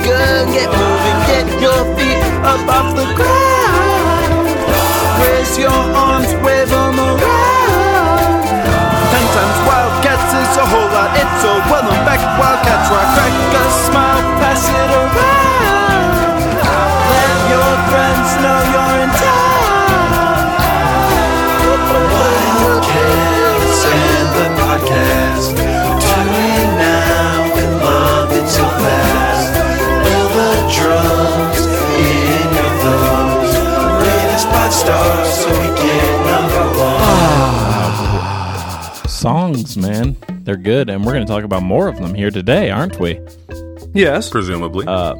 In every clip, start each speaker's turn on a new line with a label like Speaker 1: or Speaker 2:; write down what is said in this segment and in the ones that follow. Speaker 1: get moving, get your feet up off the ground. Raise your arms, wave them around. Ten times wildcats is a whole lot. It's a well known fact. Wildcats rock, crack a smile, pass it around. Let your friends know you're in town. Wildcats and the podcast. Tuning now and love it so fast. Feel the drums in your thumbs. Rate us five stars so we get number one.
Speaker 2: Songs, man. They're good, and we're going to talk about more of them here today, aren't we?
Speaker 3: Yes.
Speaker 4: presumably.
Speaker 2: Uh,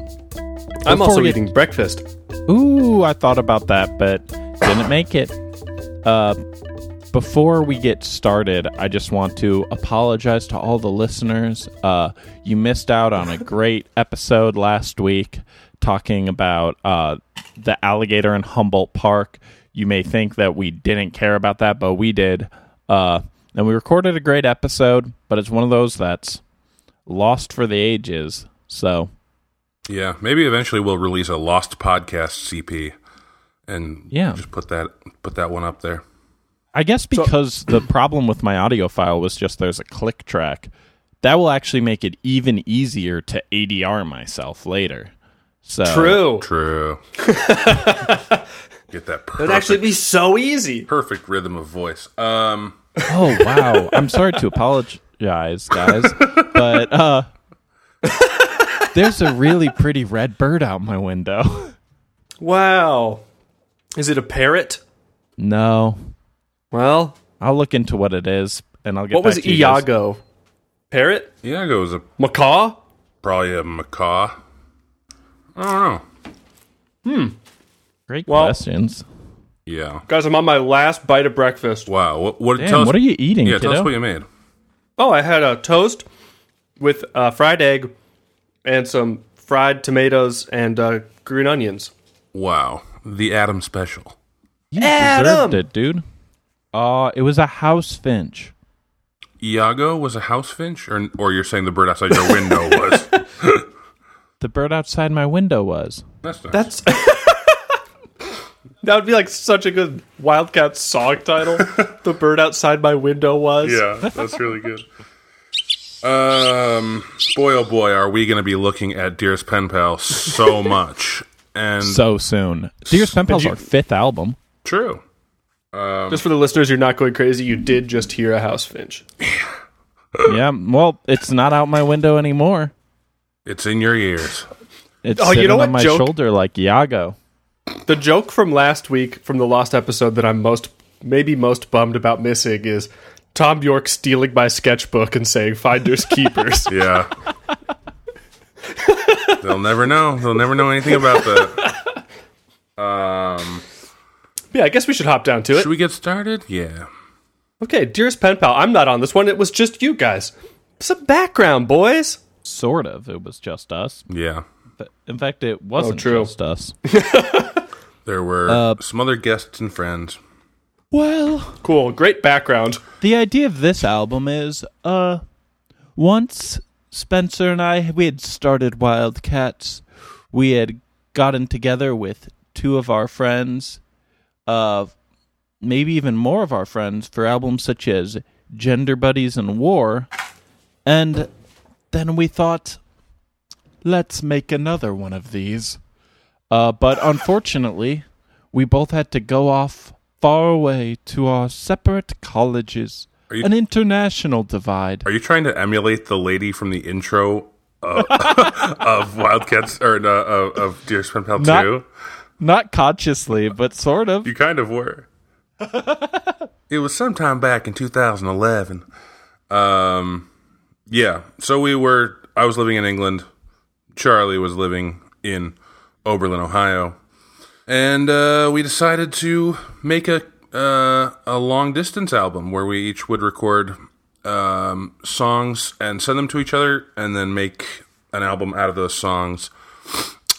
Speaker 3: I'm
Speaker 2: Before
Speaker 3: also
Speaker 2: we-
Speaker 3: eating breakfast.
Speaker 2: Ooh, I thought about that, but didn't make it. Uh, before we get started, I just want to apologize to all the listeners. Uh, you missed out on a great episode last week talking about uh, the alligator in Humboldt Park. You may think that we didn't care about that, but we did. Uh, and we recorded a great episode, but it's one of those that's lost for the ages. So
Speaker 4: yeah, maybe eventually we'll release a lost podcast CP and
Speaker 2: Yeah.
Speaker 4: just put that put that one up there.
Speaker 2: I guess because the problem with my audio file was just there's a click track. That will actually make it even easier to ADR myself later. So
Speaker 3: True.
Speaker 4: True. Get that perfect,
Speaker 3: It'd actually be so easy.
Speaker 4: perfect rhythm of voice. Um,
Speaker 2: Oh wow. I'm sorry to apologize, guys, but uh there's a really pretty red bird out my window.
Speaker 3: Wow. Is it a parrot?
Speaker 2: No.
Speaker 3: Well,
Speaker 2: I'll look into what it is and I'll get
Speaker 3: what
Speaker 2: back
Speaker 3: was
Speaker 2: to you guys.
Speaker 3: Iago? Parrot?
Speaker 4: Iago is a,
Speaker 3: Macaw?
Speaker 4: probably a macaw. I don't know.
Speaker 2: Great
Speaker 3: Well-
Speaker 2: questions.
Speaker 4: Yeah.
Speaker 3: Guys, I'm on my last bite of breakfast.
Speaker 4: Wow. What? What?
Speaker 2: Damn,
Speaker 4: tell us-
Speaker 2: what are you eating,
Speaker 4: Yeah. Tell us
Speaker 2: kiddo?
Speaker 4: what you made.
Speaker 3: Oh, I had a toast with a fried egg and some fried tomatoes and uh, green onions.
Speaker 4: Wow. The Adam special.
Speaker 2: You
Speaker 3: Adam!
Speaker 2: deserved it, dude. Uh it was a house finch.
Speaker 4: Iago was a house finch, or or you're saying the bird outside your window was?
Speaker 2: The bird outside my window was.
Speaker 4: That's nice.
Speaker 3: That's that would be like such a good Wildcat song title. the bird outside my window was.
Speaker 4: yeah, that's really good. Um, boy, oh boy, are we going to be looking at Dearest Pen Pal so much? And
Speaker 2: Mm-hmm. so soon. Dearest Pen Pal's our fifth album.
Speaker 4: true.
Speaker 3: Just for the listeners, you're not going crazy. You did just hear a house finch.
Speaker 2: yeah. Well, it's not out my window anymore.
Speaker 4: It's in your ears.
Speaker 2: It's
Speaker 3: Oh, you
Speaker 2: sitting
Speaker 3: know what
Speaker 2: on my
Speaker 3: joke-
Speaker 2: shoulder like Iago.
Speaker 3: The joke from last week, from the last episode, that I'm most maybe most bummed about missing is Tom York stealing my sketchbook and saying "Finders Keepers."
Speaker 4: Yeah. They'll never know. They'll never know anything about that.
Speaker 3: yeah, I guess we should hop down to it.
Speaker 4: Should we get started? Yeah.
Speaker 3: Okay, dearest pen pal, I'm not on this one. It was just you guys. Some background, boys.
Speaker 2: Sort of. It was just us.
Speaker 4: Yeah.
Speaker 2: But in fact, it wasn't
Speaker 3: true.
Speaker 2: just us.
Speaker 4: There were
Speaker 2: Uh,
Speaker 4: some other guests and friends.
Speaker 2: well,
Speaker 3: Cool, great background.
Speaker 2: the idea of this album is uh, once Spencer and I we had started Wildcats, we had gotten together with two of our friends, uh, maybe even more of our friends for albums such as Gender Buddies and War, and then we thought, let's make another one of these. Uh, but unfortunately, we both had to go off far away to our separate colleges.
Speaker 4: you-
Speaker 2: An international divide.
Speaker 4: Are you trying to emulate the lady from the intro of, of Wildcats or uh, of, of Dearest Pen Pal
Speaker 2: Not-
Speaker 4: 2?
Speaker 2: Not consciously, but sort of.
Speaker 4: You kind of were. it was sometime back in 2011. Um, yeah. So we were. I was living in England. Charlie was living in Oberlin, Ohio, and uh, we decided to make a uh, a long distance album where we each would record um, songs and send them to each other, and then make an album out of those songs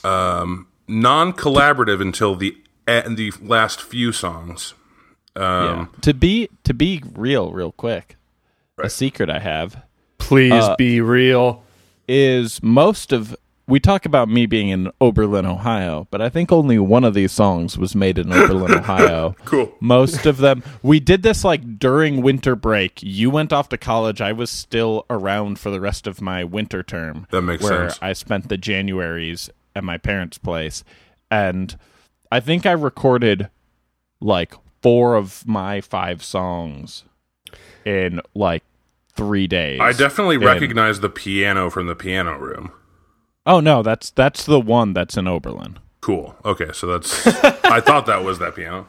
Speaker 4: um, non-collaborative until the and the last few songs. Um,
Speaker 2: Yeah. To be to be real, real quick, a secret I have
Speaker 3: Please be real.
Speaker 2: is most of we talk about me being in Oberlin, Ohio, but I think only one of these songs was made in Oberlin, Ohio.
Speaker 4: Cool.
Speaker 2: Most of them, we did this like during winter break. You went off to college. I was still around for the rest of my winter term.
Speaker 4: That makes
Speaker 2: where
Speaker 4: sense.
Speaker 2: I spent the Januaries at my parents' place. And I think I recorded like four of my five songs in like three days.
Speaker 4: I definitely
Speaker 2: And-
Speaker 4: recognize the piano from the piano room.
Speaker 2: Oh no, that's that's the one that's in Oberlin.
Speaker 4: Cool. Okay, so that's. I thought that was that piano.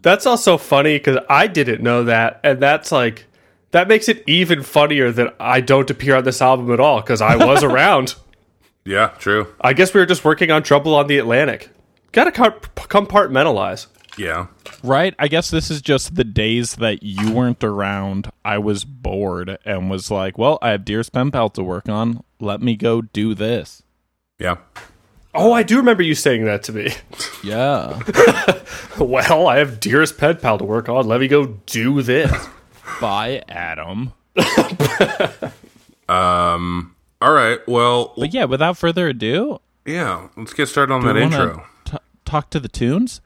Speaker 3: That's also funny because I didn't know that, and that's like that makes it even funnier that I don't appear on this album at all because I was around.
Speaker 4: Yeah, true.
Speaker 3: I guess we were just working on Trouble on the Atlantic. Got to compartmentalize.
Speaker 4: Yeah.
Speaker 2: Right? I guess this is just the days that you weren't around. I was bored and was like, well, I have Dearest Pen Pal to work on. Let me go do this.
Speaker 4: Yeah.
Speaker 3: Oh, I do remember you saying that to me.
Speaker 2: Yeah.
Speaker 3: well, I have dearest pet pal to work on. Let me go do this.
Speaker 2: Bye, Adam.
Speaker 4: All right. Well,
Speaker 2: But yeah, without further ado,
Speaker 4: yeah. Let's get started on that
Speaker 2: I wanna
Speaker 4: intro.
Speaker 2: t- talk to the tunes.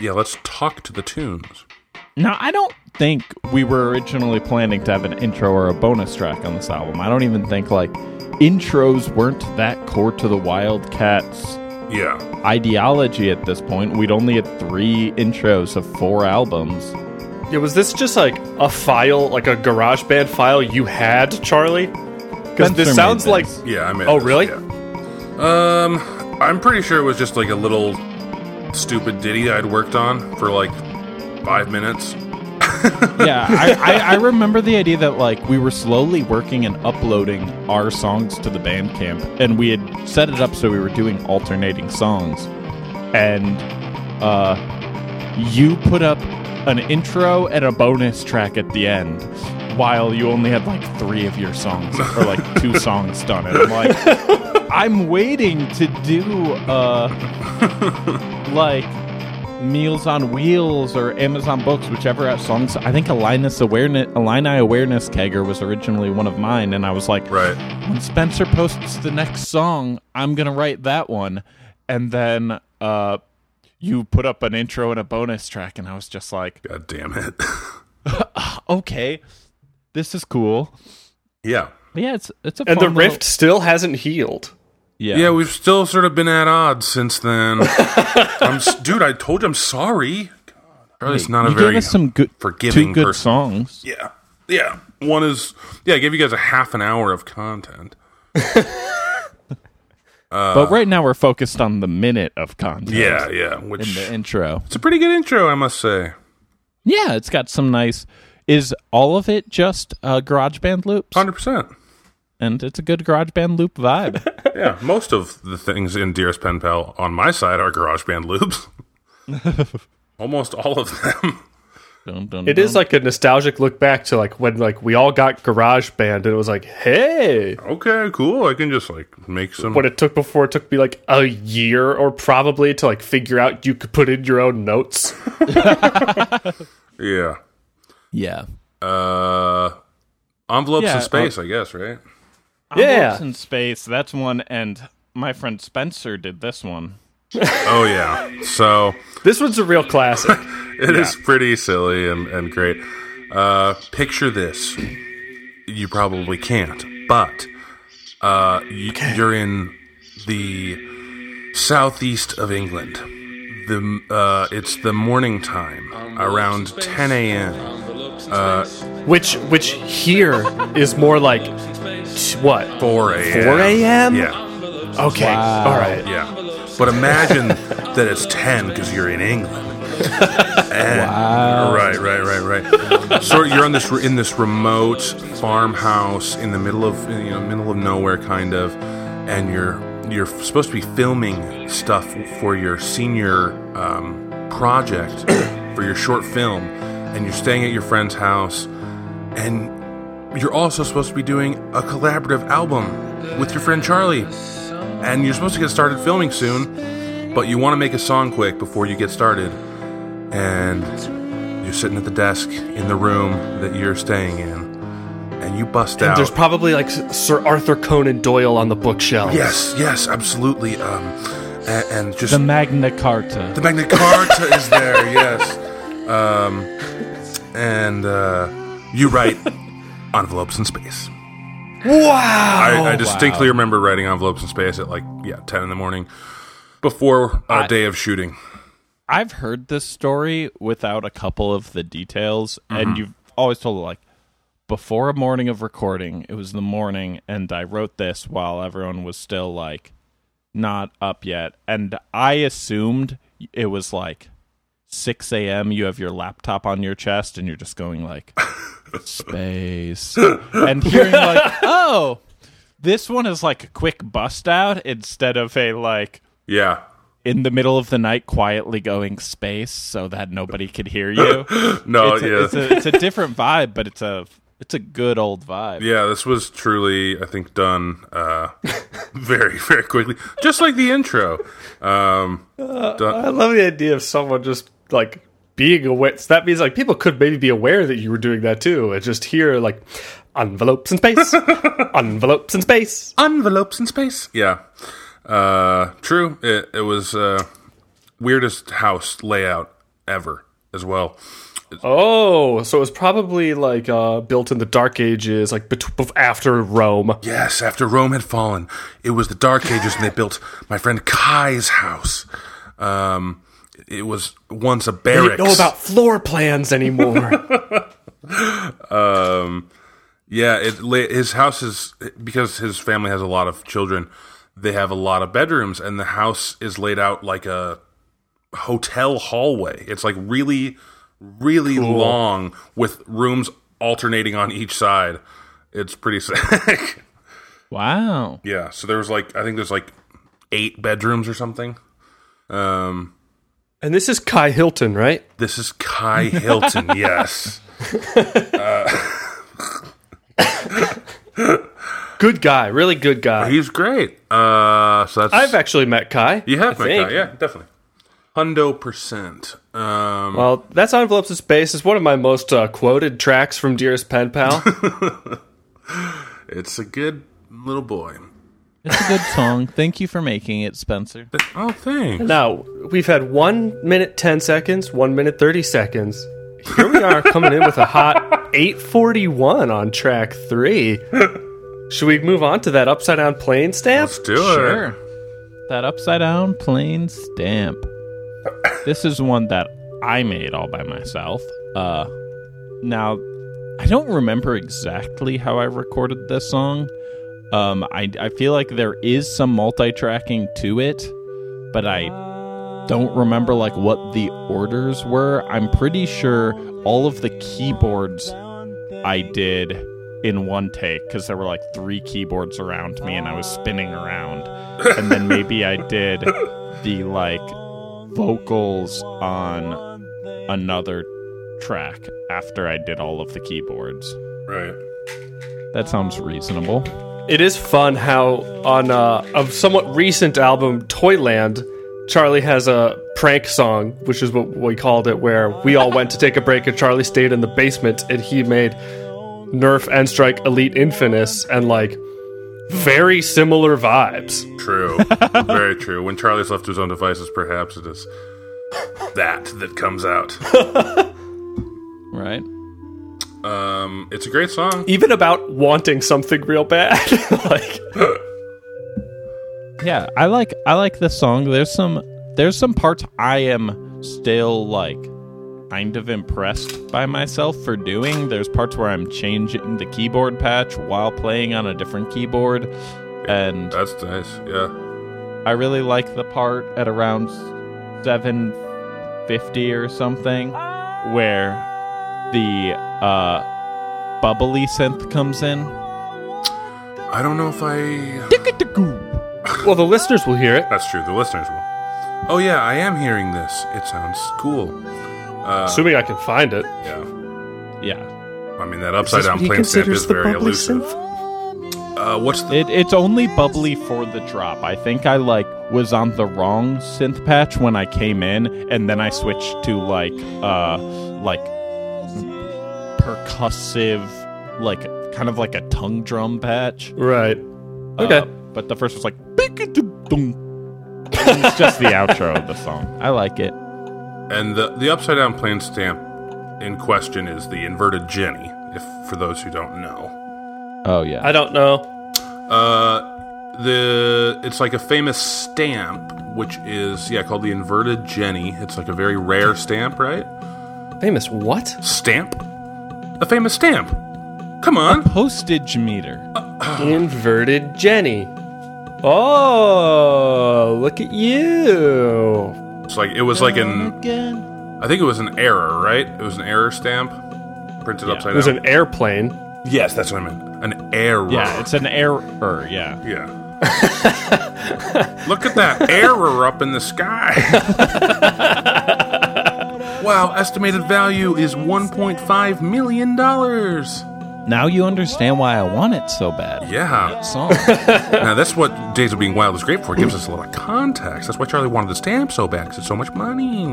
Speaker 4: Yeah, let's talk to the tunes.
Speaker 2: Now, I don't think we were originally planning to have an intro or a bonus track on this album. I don't even think, like, intros weren't that core to the Wildcats
Speaker 4: Yeah.
Speaker 2: ideology at this point. We'd only had three intros of four albums.
Speaker 3: yeah, was this just like a file, like a garage band file you had, Charlie? Because
Speaker 2: Spencer made
Speaker 3: this sounds like
Speaker 2: this.
Speaker 4: Yeah, I mean.
Speaker 3: Oh, really?
Speaker 4: Um, I'm pretty sure it was just like a little stupid ditty I'd worked on for like five minutes.
Speaker 2: yeah, I, I, I remember the idea that like we were slowly working and uploading our songs to the Bandcamp, and we had set it up so we were doing alternating songs, and uh, you put up an intro and a bonus track at the end. While you only had like three of your songs, or like two songs done, and I'm like, I'm waiting to do uh, like Meals on Wheels or Amazon Books, whichever at songs. I think Alinus Awareness, Illini Awareness Kegger was originally one of mine, and I was like,
Speaker 4: Right.
Speaker 2: when Spencer posts the next song, I'm gonna write that one, and then uh, you put up an intro and a bonus track, and I was just like,
Speaker 4: God damn it.
Speaker 2: okay, this is cool.
Speaker 4: yeah.
Speaker 2: But yeah, it's it's a
Speaker 3: and the
Speaker 2: fun little-
Speaker 3: rift still hasn't healed.
Speaker 2: Yeah,
Speaker 4: Yeah, we've still sort of been at odds since then. I'm, s- dude, I told you I'm sorry. Charlie's not a
Speaker 2: you
Speaker 4: very
Speaker 2: gave us some good
Speaker 4: forgiving
Speaker 2: two good
Speaker 4: person.
Speaker 2: songs.
Speaker 4: Yeah, yeah. One is yeah. I gave you guys a half an hour of content.
Speaker 2: but right now we're focused on the minute of content.
Speaker 4: Uh, Yeah, yeah.
Speaker 2: in
Speaker 4: Which
Speaker 2: the intro.
Speaker 4: it's a pretty good intro, I must say.
Speaker 2: Yeah, it's got some nice. Is all of it just uh, garage band loops?
Speaker 4: Hundred percent.
Speaker 2: And it's a good garage band loop vibe.
Speaker 4: Yeah, most of the things in Dearest Pen Pal on my side are GarageBand loops. Almost all of them.
Speaker 2: dun, dun,
Speaker 3: It is like a nostalgic look back to like when like we all got garage band and it was like, hey,
Speaker 4: Okay, cool. I can just like make some.
Speaker 3: what it took before it took me like a year or probably to like figure out you could put in your own notes.
Speaker 4: yeah.
Speaker 2: yeah.
Speaker 4: Uh, envelopes
Speaker 2: Yeah,
Speaker 4: in space, I guess. Right.
Speaker 3: yeah.
Speaker 2: Envelopes in space. That's one, and my friend Spencer did this one.
Speaker 4: Oh yeah. So.
Speaker 3: This one's a real classic.
Speaker 4: It is pretty silly and, and great. Uh, picture this. You probably can't, but uh, y- you're in the southeast of England. The uh, it's the morning time around 10 a.m. uh,
Speaker 3: which which here is more like t- what?
Speaker 4: 4 a.m.
Speaker 3: 4 a.m.?
Speaker 4: Yeah,
Speaker 3: Okay. All right.
Speaker 4: yeah. But imagine that it's 10 because you're in England. And- Right, right, right, right. so you're on this in this remote farmhouse in the middle of you know middle of nowhere kind of, and you're you're supposed to be filming stuff for your senior um, project for your short film, and you're staying at your friend's house, and you're also supposed to be doing a collaborative album with your friend Charlie, and you're supposed to get started filming soon, but you want to make a song quick before you get started, and you're sitting at the desk in the room that you're staying in, and you bust out.
Speaker 3: There's probably like Sir Arthur Conan Doyle on the bookshelf.
Speaker 4: yes, yes, absolutely. Um, and, and just
Speaker 2: The Magna Carta.
Speaker 4: The Magna Carta is there, yes. Um, and uh, you write envelopes in space. Wow! I, I distinctly remember writing envelopes in space at like yeah ten in the morning before a
Speaker 2: I-
Speaker 4: day of shooting.
Speaker 2: I've heard this story without a couple of the details, and you've always told it like before a morning of recording. It was the morning, and I wrote this while everyone was still like not up yet, and I assumed it was like. 6 a.m. You have your laptop on your chest and you're just going like space and hearing like oh this one is like a quick bust out instead of a like
Speaker 4: Yeah,
Speaker 2: in the middle of the night quietly going space so that nobody could hear you.
Speaker 4: no,
Speaker 2: it's, a,
Speaker 4: yeah,
Speaker 2: it's, a, it's a different vibe, but it's a it's a good old vibe.
Speaker 4: yeah. This was truly, I think, done uh, very very quickly, just like the intro. Um,
Speaker 3: I love the idea of someone just like being aware. So that means like people could maybe be aware that you were doing that too, and just hear like envelopes in space, envelopes in space.
Speaker 4: envelopes in space. Yeah, uh, true. It, it was uh, weirdest house layout ever as well.
Speaker 3: Oh, so it was probably like uh, built in the Dark Ages, like bet- bef- after Rome.
Speaker 4: Yes, after Rome had fallen, it was the Dark Ages, and they built my friend Kai's house. Um, it was once a
Speaker 3: You
Speaker 4: barracks.
Speaker 3: didn't know about floor plans anymore.
Speaker 4: yeah, it, la- his house is because his family has a lot of children. They have a lot of bedrooms, and the house is laid out like a hotel hallway. It's like really, really long with rooms alternating on each side. It's pretty sick.
Speaker 2: Wow.
Speaker 4: Yeah, so there was like I think there's like eight bedrooms or something. Um,
Speaker 3: and this is Kai Hilton, right?
Speaker 4: this is Kai Hilton. yes,
Speaker 3: Good guy, really good guy.
Speaker 4: he's great. Uh, so that's
Speaker 3: I've actually met Kai.
Speaker 4: you have
Speaker 3: I
Speaker 4: met
Speaker 3: think.
Speaker 4: Kai, yeah, definitely, hundo percent. Um,
Speaker 3: Well, that's envelopes in space. It's one of my most uh, quoted tracks from Dearest Pen Pal.
Speaker 4: it's a good little boy.
Speaker 2: It's a good song. Thank you for making it, Spencer.
Speaker 4: Oh, thanks.
Speaker 3: Now, we've had one minute 10 seconds, one minute 30 seconds. Here we are coming in with a hot 841 on track three. Should we move on to that upside down plane stamp?
Speaker 4: Let's do it.
Speaker 2: Sure. That upside down plane stamp. This is one that I made all by myself. Uh now I don't remember exactly how I recorded this song. Um I I feel like there is some multi-tracking to it, but I don't remember like what the orders were. I'm pretty sure all of the keyboards I did in one take because there were like three keyboards around me and I was spinning around. and then maybe I did the like vocals on another track after I did all of the keyboards.
Speaker 4: Right.
Speaker 2: That sounds reasonable.
Speaker 3: It is fun how on uh, a somewhat recent album, Toyland, Charlie has a prank song, which is what we called it, where we all went to take a break and Charlie stayed in the basement and he made Nerf and Strike Elite Infinis and like very similar vibes.
Speaker 4: True. Very true. When Charlie's left to his own devices, perhaps it is that that comes out.
Speaker 2: Right?
Speaker 4: Um, it's a great song.
Speaker 3: Even about wanting something real bad. like
Speaker 2: Yeah, I like I like this song. There's some there's some parts I am still like kind of impressed by myself for doing. There's parts where I'm changing the keyboard patch while playing on a different keyboard and
Speaker 4: That's nice. Yeah.
Speaker 2: I really like the part at around 750 or something where the uh, bubbly synth comes in.
Speaker 4: I don't know if I
Speaker 3: Well the listeners will hear it.
Speaker 4: That's true. The listeners will. Oh yeah, I am hearing this. It sounds cool.
Speaker 3: Assuming I can find it.
Speaker 4: Yeah.
Speaker 2: Yeah.
Speaker 4: I mean that upside down plane stamp is very elusive. Uh, what's the?
Speaker 2: It, it's only bubbly for the drop. I think I like was on the wrong synth patch when I came in and then I switched to like uh like percussive like kind of like a tongue drum patch.
Speaker 3: Right. Okay.
Speaker 2: Uh, but the first was like it's
Speaker 5: Just the outro of the song.
Speaker 2: I like it.
Speaker 4: And the, the upside down plane stamp in question is the inverted Jenny, if for those who don't know.
Speaker 2: Oh yeah.
Speaker 3: I don't know.
Speaker 4: Uh, the it's like a famous stamp, which is yeah called the inverted Jenny. It's like a very rare stamp, right?
Speaker 3: Famous what?
Speaker 4: Stamp, a famous stamp. Come on,
Speaker 2: Postage meter.
Speaker 3: Inverted Jenny. Oh, look at you.
Speaker 4: it's like it was like an
Speaker 2: Again.
Speaker 4: I think it was an error, right? It was an error stamp printed upside
Speaker 3: It was
Speaker 4: down.
Speaker 3: an airplane.
Speaker 4: yes, that's what I meant. An error.
Speaker 5: Yeah, it's an error. Yeah.
Speaker 4: Yeah. Look at that error up in the sky. wow, estimated value is $1.5 million.
Speaker 2: Now you understand why I want it so bad.
Speaker 4: Yeah.
Speaker 2: Song.
Speaker 4: Now, that's what Days of Being Wild is great for. It gives us a lot of context. That's why Charlie wanted the stamp so bad, because it's so much money.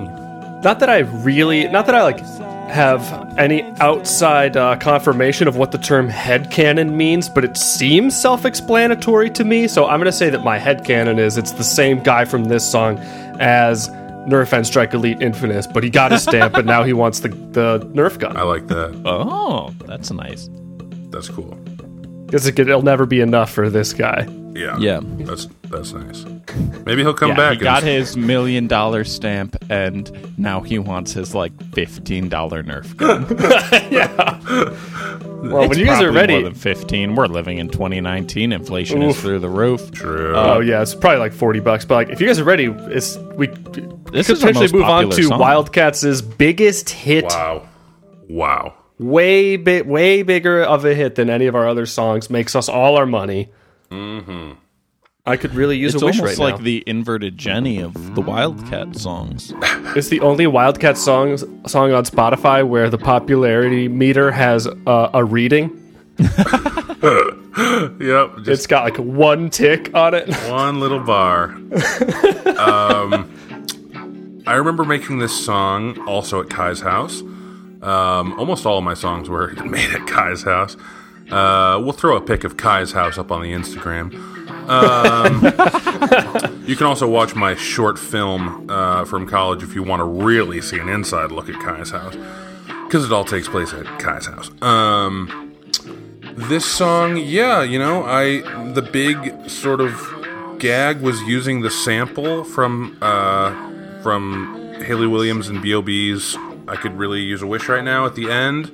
Speaker 3: Not that I really, not that I like have any outside uh, confirmation of what the term headcanon means, but it seems self explanatory to me. So I'm going to say that my headcanon is it's the same guy from this song as Nerf and Strike Elite Infamous, but he got his stamp and now he wants the, the Nerf
Speaker 4: I
Speaker 3: gun.
Speaker 4: like that.
Speaker 2: oh, that's nice.
Speaker 4: That's cool.
Speaker 3: Because it could- it'll never be enough for this guy.
Speaker 4: Yeah.
Speaker 2: Yeah.
Speaker 4: That's that's nice. Maybe he'll come
Speaker 2: Yeah,
Speaker 4: back.
Speaker 2: he got
Speaker 4: and
Speaker 2: his million dollar stamp, and now he wants his like fifteen dollar Nerf gun.
Speaker 3: Well, when you guys are
Speaker 2: Probably
Speaker 3: ready.
Speaker 2: more than fifteen. We're living in 2019. Inflation is through the roof.
Speaker 4: True.
Speaker 2: Uh,
Speaker 3: Oh yeah, it's probably like forty bucks. But like, if you guys are ready, it's we this
Speaker 2: is our
Speaker 3: potentially
Speaker 2: most
Speaker 3: move on
Speaker 2: popular
Speaker 3: to
Speaker 2: song.
Speaker 3: Wildcats' biggest hit
Speaker 4: wow. Wow.
Speaker 3: way bit way bigger of a hit than any of our other songs makes us all our money. Mm-hmm. I could really use
Speaker 2: It's
Speaker 3: a wish
Speaker 2: almost
Speaker 3: right
Speaker 2: like
Speaker 3: now.
Speaker 2: the inverted Jenny of the Wildcat songs.
Speaker 3: it's the only Wildcat song song on Spotify where the popularity meter has uh, a reading.
Speaker 4: Yep. Just
Speaker 3: It's got like one tick on it.
Speaker 4: one little bar. um, I remember making this song also at Kai's house. Um, almost all of my songs were made at Kai's house. Uh, we'll throw a pic of Kai's house up on the Instagram. Um, you can also watch my short film uh, from college if you want to really see an inside look at Kai's house, because it all takes place at Kai's house. Um, this song yeah you know i the big sort of gag was using the sample from uh from haley williams and bob's i could really use a wish right now at the end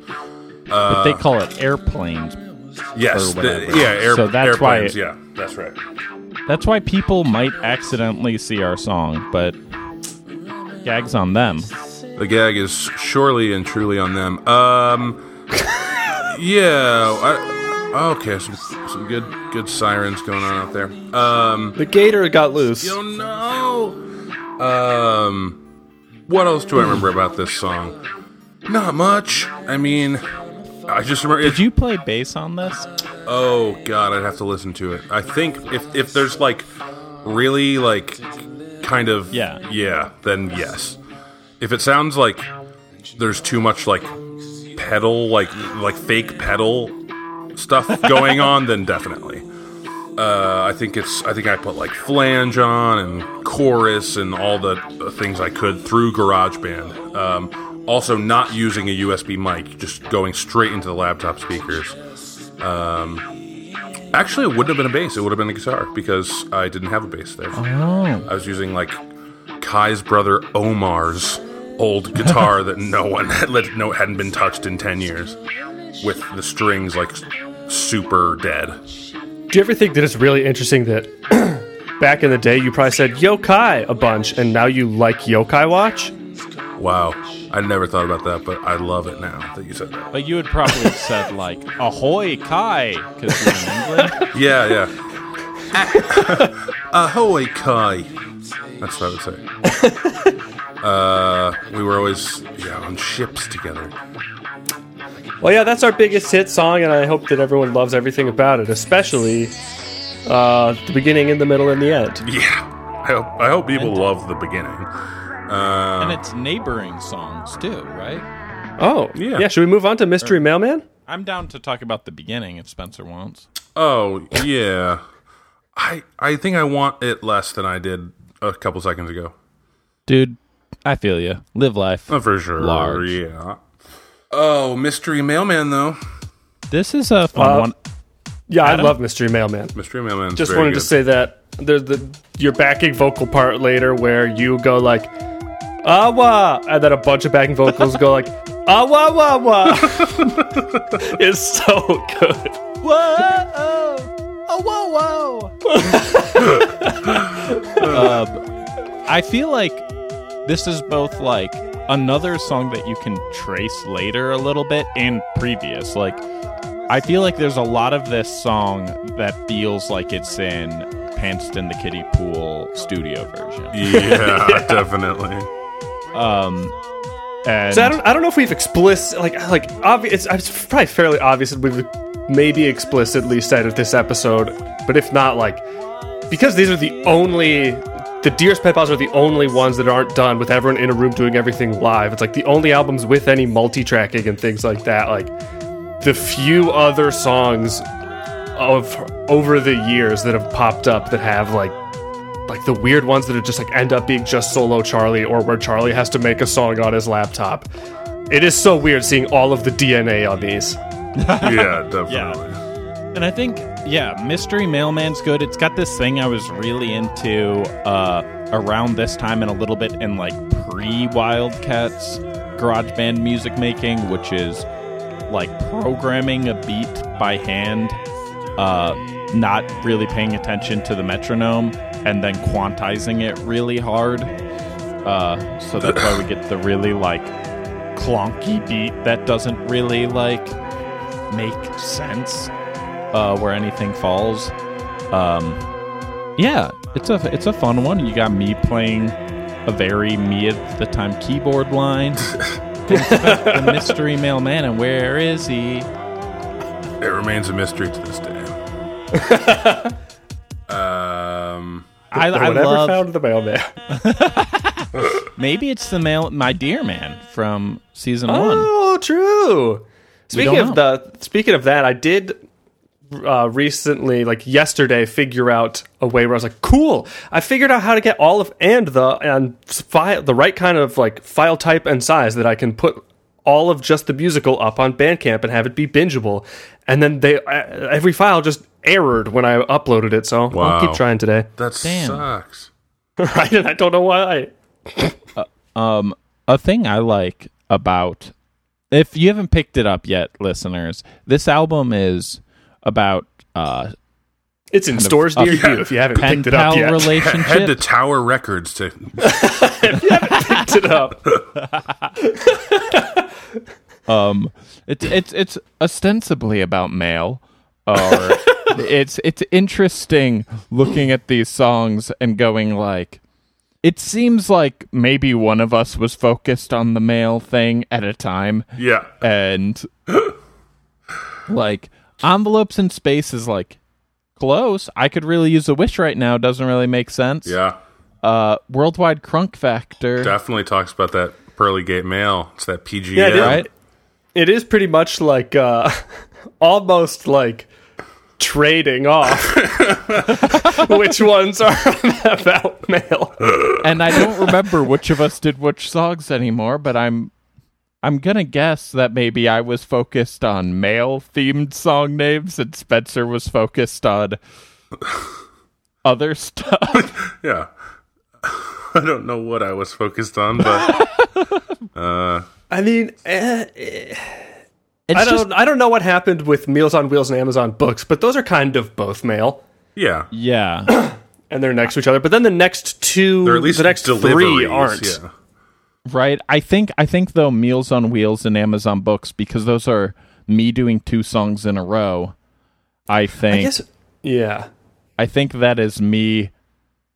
Speaker 3: Uh,
Speaker 2: but they call it airplanes.
Speaker 4: yes
Speaker 2: Or
Speaker 4: the-
Speaker 2: whatever.
Speaker 4: yeah air,
Speaker 2: So that's why
Speaker 4: airplanes
Speaker 2: it-
Speaker 4: yeah that's right
Speaker 2: That's why people might accidentally see our song, but gags on them.
Speaker 4: the gag is surely and truly on them um yeah I, okay some, some good good sirens going on out there um
Speaker 3: The gator got loose.
Speaker 4: Oh no! Um, what else do I remember about this song? Not much. I mean, I just remember.
Speaker 2: Did you play bass on this?
Speaker 4: Oh god, I'd have to listen to it. I think if if there's like really like kind of
Speaker 2: Yeah.
Speaker 4: yeah, then yes. If it sounds like there's too much like pedal like like fake pedal stuff going on, then definitely. Uh, I think it's. I think I put like flange on and chorus and all the uh, things I could through GarageBand. Um, also, not using a USB mic, just going straight into the laptop speakers. Um, actually, it wouldn't have been a bass. It would have been a guitar because I didn't have a bass there. I was using like Kai's brother Omar's old guitar that no one had, let, no hadn't been touched in ten years, with the strings like s- super dead.
Speaker 3: Do you ever think that it's really interesting that back in the day you probably said yokai a bunch and now you like yokai watch?
Speaker 4: Wow, I never thought about that, but I love it now that you said that.
Speaker 2: But you would probably have said like "Ahoy Kai" because you're in England.
Speaker 4: Yeah, yeah. Ahoy, Kai. That's what I would say. Uh, we were always yeah on ships together.
Speaker 3: Well, yeah, that's our biggest hit song, and I hope that everyone loves everything about it, especially uh, the beginning, in the middle, and the end.
Speaker 4: Yeah, I hope I hope people love the beginning. Uh,
Speaker 2: and it's neighboring songs too, right?
Speaker 3: Oh,
Speaker 4: Yeah.
Speaker 3: yeah. Should we move on to Mystery Mailman?
Speaker 2: I'm down to talk about the beginning if Spencer wants.
Speaker 4: Oh yeah, I I think I want it less than I did a couple seconds ago.
Speaker 2: Dude, I feel you. Live life.
Speaker 4: Uh, For sure.
Speaker 2: Large.
Speaker 4: Yeah. Oh, mystery mailman though.
Speaker 2: This is a fun
Speaker 3: Uh,
Speaker 2: one.
Speaker 3: Yeah, I love Mystery Mailman.
Speaker 4: Mystery mailman.
Speaker 3: Just wanted to say that there's the your backing vocal part later where you go like awa and then a bunch of backing vocals go like awa wa wa. it's so good.
Speaker 2: I feel like this is both like another song that you can trace later a little bit and previous. Like, I feel like there's a lot of this song that feels like it's in Pantsed in the Kiddie Pool studio version.
Speaker 4: Yeah, definitely.
Speaker 2: And
Speaker 3: So I don't, I don't know if we've explicit like like obvious. It's, it's probably fairly obvious that we've maybe explicitly said it this episode, but if not, like because these are the only the Dearest Pet Pals are the only ones that aren't done with everyone in a room doing everything live. It's like the only albums with any multi-tracking and things like that. Like the few other songs of over the years that have popped up that have like like the weird ones that are just like end up being just solo Charlie or where Charlie has to make a song on his laptop. It is so weird seeing all of the DNA on these.
Speaker 4: Yeah, definitely.
Speaker 2: And I think, yeah, Mystery Mailman's good. It's got this thing I was really into uh, around this time and a little bit in like pre Wildcats garage band music making, which is like programming a beat by hand, uh, not really paying attention to the metronome, and then quantizing it really hard. Uh, so that's why we get the really like clonky beat that doesn't really like make sense uh, where anything falls. Um, yeah, it's a it's a fun one. You got me playing a very me at the time keyboard line. It's about the mystery mailman and where is he?
Speaker 4: It remains a mystery to this day. um,
Speaker 2: I, I
Speaker 3: Whatever
Speaker 2: love.
Speaker 3: found the mailman.
Speaker 2: maybe it's the mail, my dear man from season one.
Speaker 3: Oh, true. Speaking
Speaker 2: don't
Speaker 3: of the speaking of that, I did uh, recently, like yesterday, figure out a way where I was like, "Cool!" I figured out how to get all of and the and file the right kind of like file type and size that I can put all of just the musical up on Bandcamp and have it be bingeable. And then they uh, every file just errored when I uploaded it, so I'll
Speaker 4: Wow.
Speaker 3: keep trying today.
Speaker 4: that
Speaker 2: Damn.
Speaker 4: sucks.
Speaker 3: right, and I don't know why.
Speaker 2: A thing I like about if you haven't picked it up yet, listeners, this album is about uh,
Speaker 3: It's in stores
Speaker 2: up-
Speaker 3: near you if you haven't
Speaker 2: pen
Speaker 3: picked it up
Speaker 2: pal
Speaker 3: yet.
Speaker 4: Head to
Speaker 2: relationships.
Speaker 4: Tower Records to
Speaker 3: picked it up.
Speaker 2: um it's it's it's ostensibly about mail or it's it's interesting looking at these songs and going like it seems like maybe one of us was focused on the mail thing at a time
Speaker 4: yeah.
Speaker 2: and like envelopes in space is like close i could really use a wish right now doesn't really make sense
Speaker 4: Yeah,
Speaker 2: uh worldwide crunk factor
Speaker 4: definitely talks about that pearly gate mail. It's that PGM.
Speaker 3: Yeah, dude.
Speaker 2: right
Speaker 3: it is pretty much like uh almost like trading off which ones are about mail
Speaker 2: and I don't remember which of us did which songs anymore, but I'm I'm gonna guess that maybe I was focused on male themed song names and Spencer was focused on other stuff.
Speaker 4: Yeah. I don't know what I was focused on, but
Speaker 3: i mean eh,
Speaker 2: It's
Speaker 3: i don't
Speaker 2: just
Speaker 3: i don't know what happened with meals on wheels and amazon books but those are kind of both mail
Speaker 4: yeah.
Speaker 2: yeah.
Speaker 3: and they're next to each other but then the next two
Speaker 4: Or at least
Speaker 3: the next three
Speaker 4: deliveries,
Speaker 3: aren't
Speaker 4: Yeah.
Speaker 2: Right. I think I think though Meals on Wheels and Amazon Books, because those are me doing two songs in a row, I think
Speaker 3: I guess, yeah
Speaker 2: I think that is me.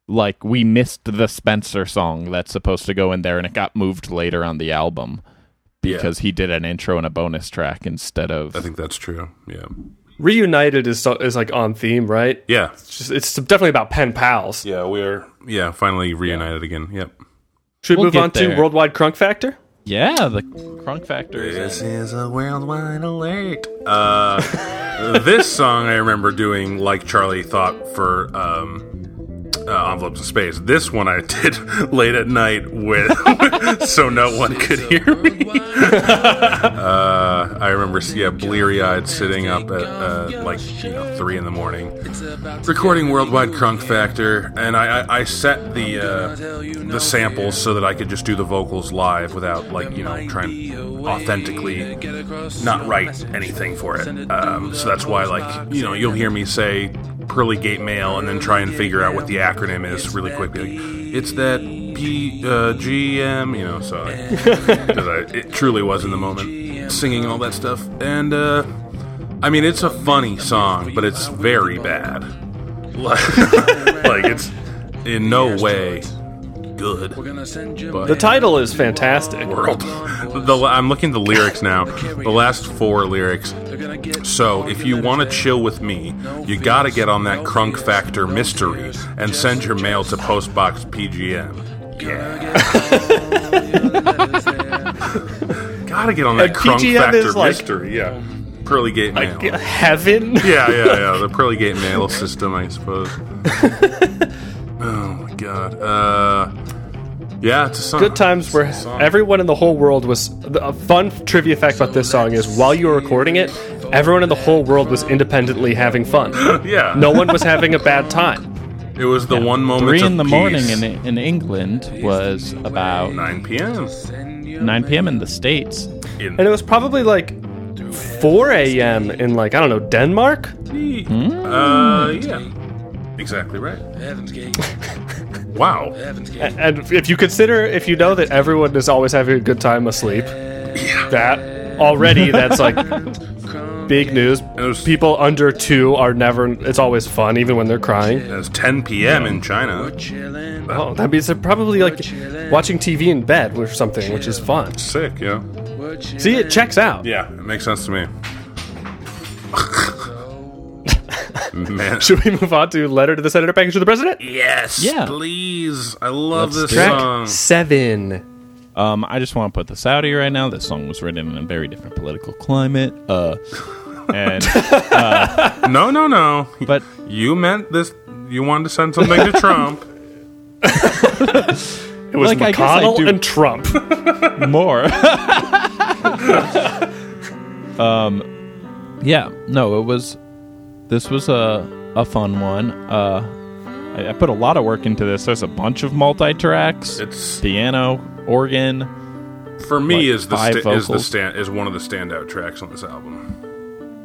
Speaker 2: Like we missed the Spencer song that's supposed to go in there, and it got moved later on the album because he did an intro and a bonus track instead of.
Speaker 4: I think that's true. Yeah.
Speaker 3: reunited is so, is like on theme right
Speaker 4: Yeah.
Speaker 3: it's, just, it's definitely about pen pals
Speaker 4: Yeah, we are. Yeah, finally reunited again. Yep.
Speaker 3: should we
Speaker 2: We'll
Speaker 3: move
Speaker 2: get
Speaker 3: on
Speaker 2: there.
Speaker 3: to worldwide crunk factor
Speaker 2: Yeah, the Crunk Factor is
Speaker 4: This
Speaker 2: in.
Speaker 4: is a worldwide alert. Uh, this song I remember doing, like Charlie thought for um, uh, envelopes in space. This one I did late at night with, so no one could hear me. uh, I remember, yeah, bleary eyed, sitting up at uh, like you know three in the morning, recording worldwide crunk factor, and I, I, I set the uh, the samples so that I could just do the vocals live without like you know trying authentically not write anything for it. Um, so that's why, like, you know, you'll hear me say Pearly Gate Mail and then try and figure out what the acronym is really quickly. Like, it's that P uh, G M, you know. So like, 'cause I, it truly was in the moment, singing all that stuff. And uh, I mean, it's a funny song, but it's very bad. like it's in no way good.
Speaker 3: The title is fantastic.
Speaker 4: World. The, I'm looking at the lyrics now. The last four lyrics. So, if you want to chill with me, you got to get on that Crunk Factor mystery and send your mail to Postbox PGM. Yeah. got to get on that
Speaker 3: And
Speaker 4: Crunk
Speaker 3: PGM
Speaker 4: Factor
Speaker 3: is like-
Speaker 4: mystery. Yeah. Pearly Gate Mail.
Speaker 3: Like heaven.
Speaker 4: Yeah, yeah, yeah. The Pearly Gate mail system, I suppose. oh my god. Uh, yeah, it's a song.
Speaker 3: Good times where everyone in the whole world was. the- A fun trivia fact about this song is while you were recording it, everyone in the whole world was independently having fun.
Speaker 4: Yeah.
Speaker 3: No one was having a bad time.
Speaker 4: It was the one moment.
Speaker 2: Three
Speaker 4: of
Speaker 2: in the
Speaker 4: peace.
Speaker 2: morning in in England was about
Speaker 4: 9 p.m.
Speaker 2: 9 p.m. in the states.
Speaker 4: In
Speaker 3: And it was probably like 4 a.m. in like I don't know Denmark.
Speaker 2: Hmm?
Speaker 4: uh, yeah, exactly right. wow,
Speaker 3: A- And if you consider, if you know that everyone is always having a good time asleep, that already that's like big news.
Speaker 4: it was-
Speaker 3: People under two are never. It's always fun, even when they're crying.
Speaker 4: that's 10 p.m. in China.
Speaker 3: Oh, that means they're probably like watching TV in bed or something, which is fun.
Speaker 4: Sick, yeah.
Speaker 3: See, it checks out.
Speaker 4: Yeah, it makes sense to me. Man,
Speaker 3: Should we move on to letter to the senator package to the president?
Speaker 4: yes,
Speaker 2: Yeah.
Speaker 4: please. I love
Speaker 2: Let's
Speaker 4: this
Speaker 2: do it.
Speaker 4: song.
Speaker 3: seven.
Speaker 2: Um, I just want to put this out here right now. This song was written in a very different political climate. Uh, and
Speaker 4: No, no, no.
Speaker 2: but
Speaker 4: You meant this. You wanted to send something to Trump.
Speaker 3: It was
Speaker 2: Like, I guess I
Speaker 3: McConnell
Speaker 2: do-
Speaker 3: and Trump.
Speaker 2: more. um, yeah, no, it was. This was a a fun one. Uh, I, I put a lot of work into this. There's a bunch of multi tracks,
Speaker 4: It's
Speaker 2: piano, organ.
Speaker 4: for me
Speaker 2: Like
Speaker 4: is the
Speaker 2: five
Speaker 4: sta- is the
Speaker 2: vocals?
Speaker 4: stand is one of the standout tracks on this album.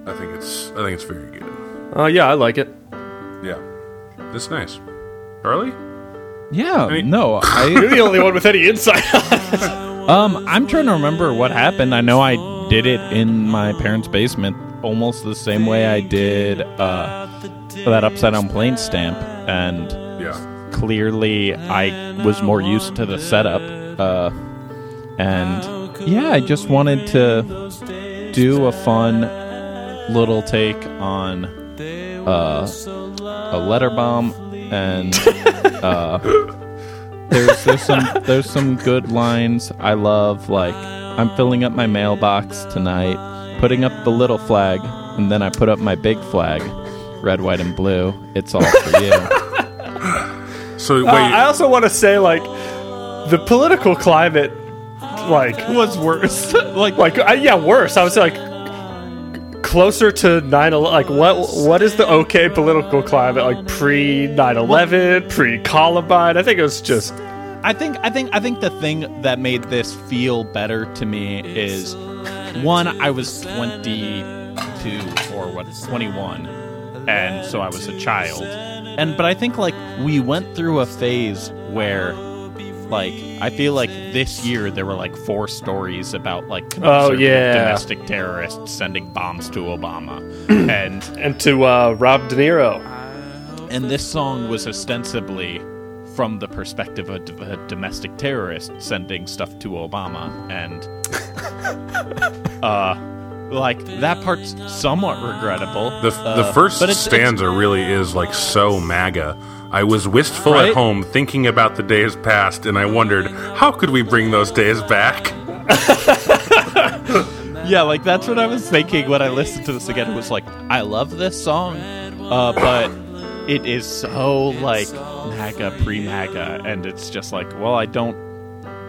Speaker 4: I think it's I think it's very good.
Speaker 3: Oh yeah, I like it.
Speaker 4: Yeah. That's nice. Charlie?
Speaker 2: Yeah,
Speaker 4: mean-
Speaker 2: no, I
Speaker 3: You're the only one with any insight.
Speaker 2: um, I'm trying to remember what happened. I know I did it in my parents' basement, almost the same way I did uh, that upside down plane stamp, and
Speaker 4: Yeah.
Speaker 2: clearly I was more used to the setup. Uh, and yeah, I just wanted to do a fun little take on uh, a letter bomb and uh, there's there's some there's some good lines I love like I'm filling up my mailbox tonight putting up the little flag and then I put up my big flag red white and blue it's all for you
Speaker 4: So wait,
Speaker 3: Uh, I also want to say, like, the political climate, like,
Speaker 2: was worse. like,
Speaker 3: like, I, yeah, worse. I was like, closer to 9 11. Like, what, what is the okay political climate, like, pre 9 11, pre Columbine? I think it was just,
Speaker 2: I think, I think, I think the thing that made this feel better to me is one, I was 22 or what, 21, and so I was a child. And but I think like we went through a phase where, like, I feel like this year there were like four stories about like conservative
Speaker 3: yeah.
Speaker 2: domestic terrorists sending bombs to Obama, and
Speaker 3: and to uh, Rob De Niro.
Speaker 2: and this song was ostensibly from the perspective of a domestic terrorist sending stuff to Obama, and uh, like that part's somewhat regrettable.
Speaker 4: the, the
Speaker 2: uh,
Speaker 4: first
Speaker 2: but it's-
Speaker 4: stanza really is like so MAGA. I was wistful
Speaker 2: Right?
Speaker 4: at home thinking about the days past and I wondered, how could we bring those days back?
Speaker 2: Yeah, like that's what I was thinking when I listened to this again. It was like, I love this song, uh, but it is so like
Speaker 5: MAGA pre MAGA, and it's just like,
Speaker 2: well, I don't.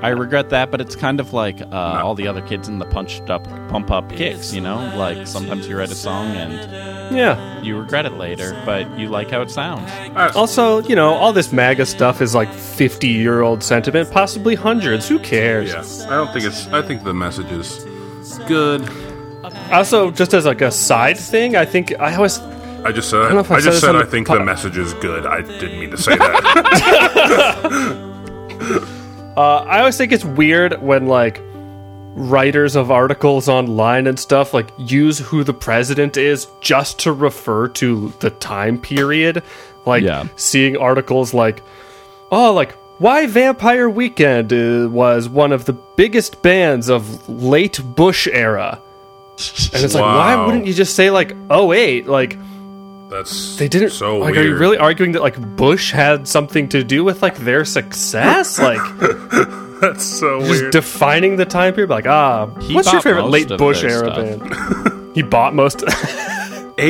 Speaker 2: I regret that, but it's kind of like uh, all the other kids in the punched up, pump up kicks, you know? Like sometimes you write a song and
Speaker 3: Yeah.
Speaker 2: you regret it later, but you like how it sounds.
Speaker 3: Also, you know, all this MAGA stuff is like 50 year old sentiment, possibly hundreds. Who cares?
Speaker 4: Yeah, I don't think it's. I think the message is good.
Speaker 3: Also, just as like a side thing, I think I always
Speaker 4: I just said.
Speaker 3: know
Speaker 4: I,
Speaker 3: if I said
Speaker 4: just
Speaker 3: this
Speaker 4: said.
Speaker 3: on
Speaker 4: I
Speaker 3: the
Speaker 4: think
Speaker 3: pod-
Speaker 4: the message is good. I didn't mean to say that.
Speaker 3: Uh, I always think it's weird when like writers of articles online and stuff like use who the president is just to refer to the time period. Like
Speaker 5: Yeah.
Speaker 3: seeing articles like, oh, like why Vampire Weekend uh, was one of the biggest bands of late Bush era. And it's like, why
Speaker 4: Wow.
Speaker 3: wouldn't you just say like, oh wait, like
Speaker 4: That's
Speaker 3: they didn't.
Speaker 4: So
Speaker 3: like,
Speaker 4: weird.
Speaker 3: are you really arguing that like Bush had something to do with like their success? Like.
Speaker 4: That's so
Speaker 3: just
Speaker 4: weird.
Speaker 3: defining the time period. Like, ah, what's your
Speaker 2: bought
Speaker 3: favorite
Speaker 2: most
Speaker 3: late
Speaker 2: of
Speaker 3: Bush
Speaker 2: their
Speaker 3: era
Speaker 2: stuff.
Speaker 3: band? he bought most
Speaker 4: a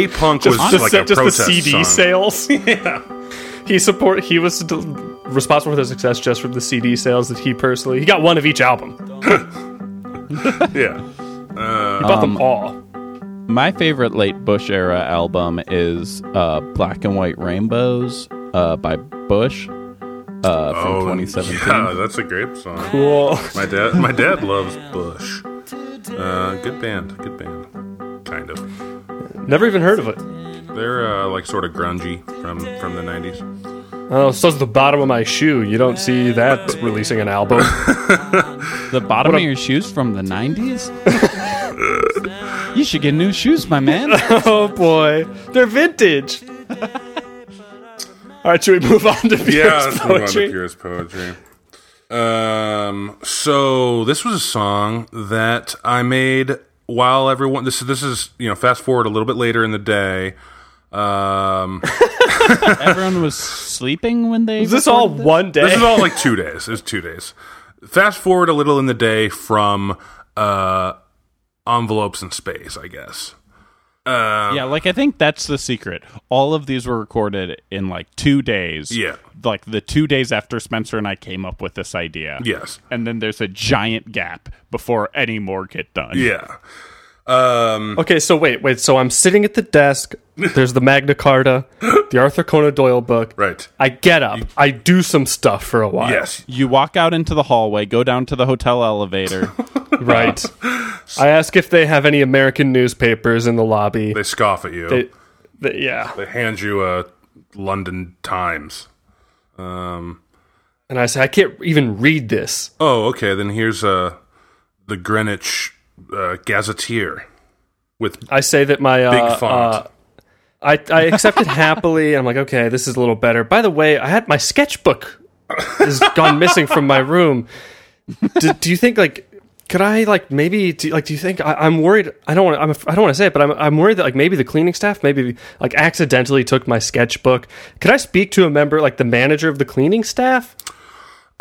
Speaker 4: punk was
Speaker 3: just,
Speaker 4: like
Speaker 3: the,
Speaker 4: a
Speaker 3: just the
Speaker 4: protest
Speaker 3: CD
Speaker 4: song.
Speaker 3: sales. yeah, he support he was d- responsible for their success just from the CD sales that he personally he got one of each album.
Speaker 4: yeah.
Speaker 3: He bought them all.
Speaker 2: My favorite late Bush era album is uh, Black and White Rainbows uh, by Bush uh, from
Speaker 4: Oh,
Speaker 2: 2017.
Speaker 4: yeah, that's a great song.
Speaker 3: Cool.
Speaker 4: My dad, my dad loves Bush. Uh, good band, good band, kind of.
Speaker 3: Never even heard of it.
Speaker 4: They're uh, like sort of grungy from from the nineties.
Speaker 3: Oh, so it's the bottom of my shoe. You don't see that releasing an album.
Speaker 2: The bottom
Speaker 3: What
Speaker 2: of
Speaker 3: a-
Speaker 2: your shoes from the 90s? you should get new shoes, my man.
Speaker 3: oh boy, they're vintage. all right, should we move on to Pierre's
Speaker 4: Yeah, let's move on to
Speaker 3: poetry?
Speaker 4: purest poetry. Um, so this was a song that I made while everyone. This this is you know fast forward a little bit later in the day. Um,
Speaker 2: Everyone was sleeping when they.
Speaker 3: Is this all one day?
Speaker 4: this is all like two days. It's two days. Fast forward a little in the day from uh, envelopes in space, I guess. Uh,
Speaker 2: Yeah, like I think that's the secret. All of these were recorded in like two days.
Speaker 4: Yeah.
Speaker 5: like the two days after Spencer and I came up with this idea.
Speaker 4: Yes.
Speaker 5: And then there's a giant gap before any more get done.
Speaker 4: Yeah. Um,
Speaker 3: Okay, so wait, wait. So I'm sitting at the desk. There's the Magna Carta, the Arthur Conan Doyle book.
Speaker 4: right.
Speaker 3: I get up. I do some stuff for a while.
Speaker 4: Yes.
Speaker 2: You walk out into the hallway, go down to the hotel elevator.
Speaker 3: Right. I ask if they have any American newspapers in the lobby.
Speaker 4: They scoff at you.
Speaker 3: They- they- yeah.
Speaker 4: They hand you a London Times. Um,
Speaker 3: And I say, I can't even read this.
Speaker 4: oh, okay. Then here's uh, the Greenwich uh, Gazetteer with
Speaker 3: I say that my. Uh,
Speaker 4: big font.
Speaker 3: uh, I, I accept it happily. I'm like, okay, this is a little better. By the way, I had my sketchbook is gone missing from my room. Do, do you think like could I like maybe do, like do you think I, I'm worried? I don't want I'm I don't want to say it, but I'm I'm worried that like maybe the cleaning staff maybe like accidentally took my sketchbook. Could I speak to a member like the manager of the cleaning staff?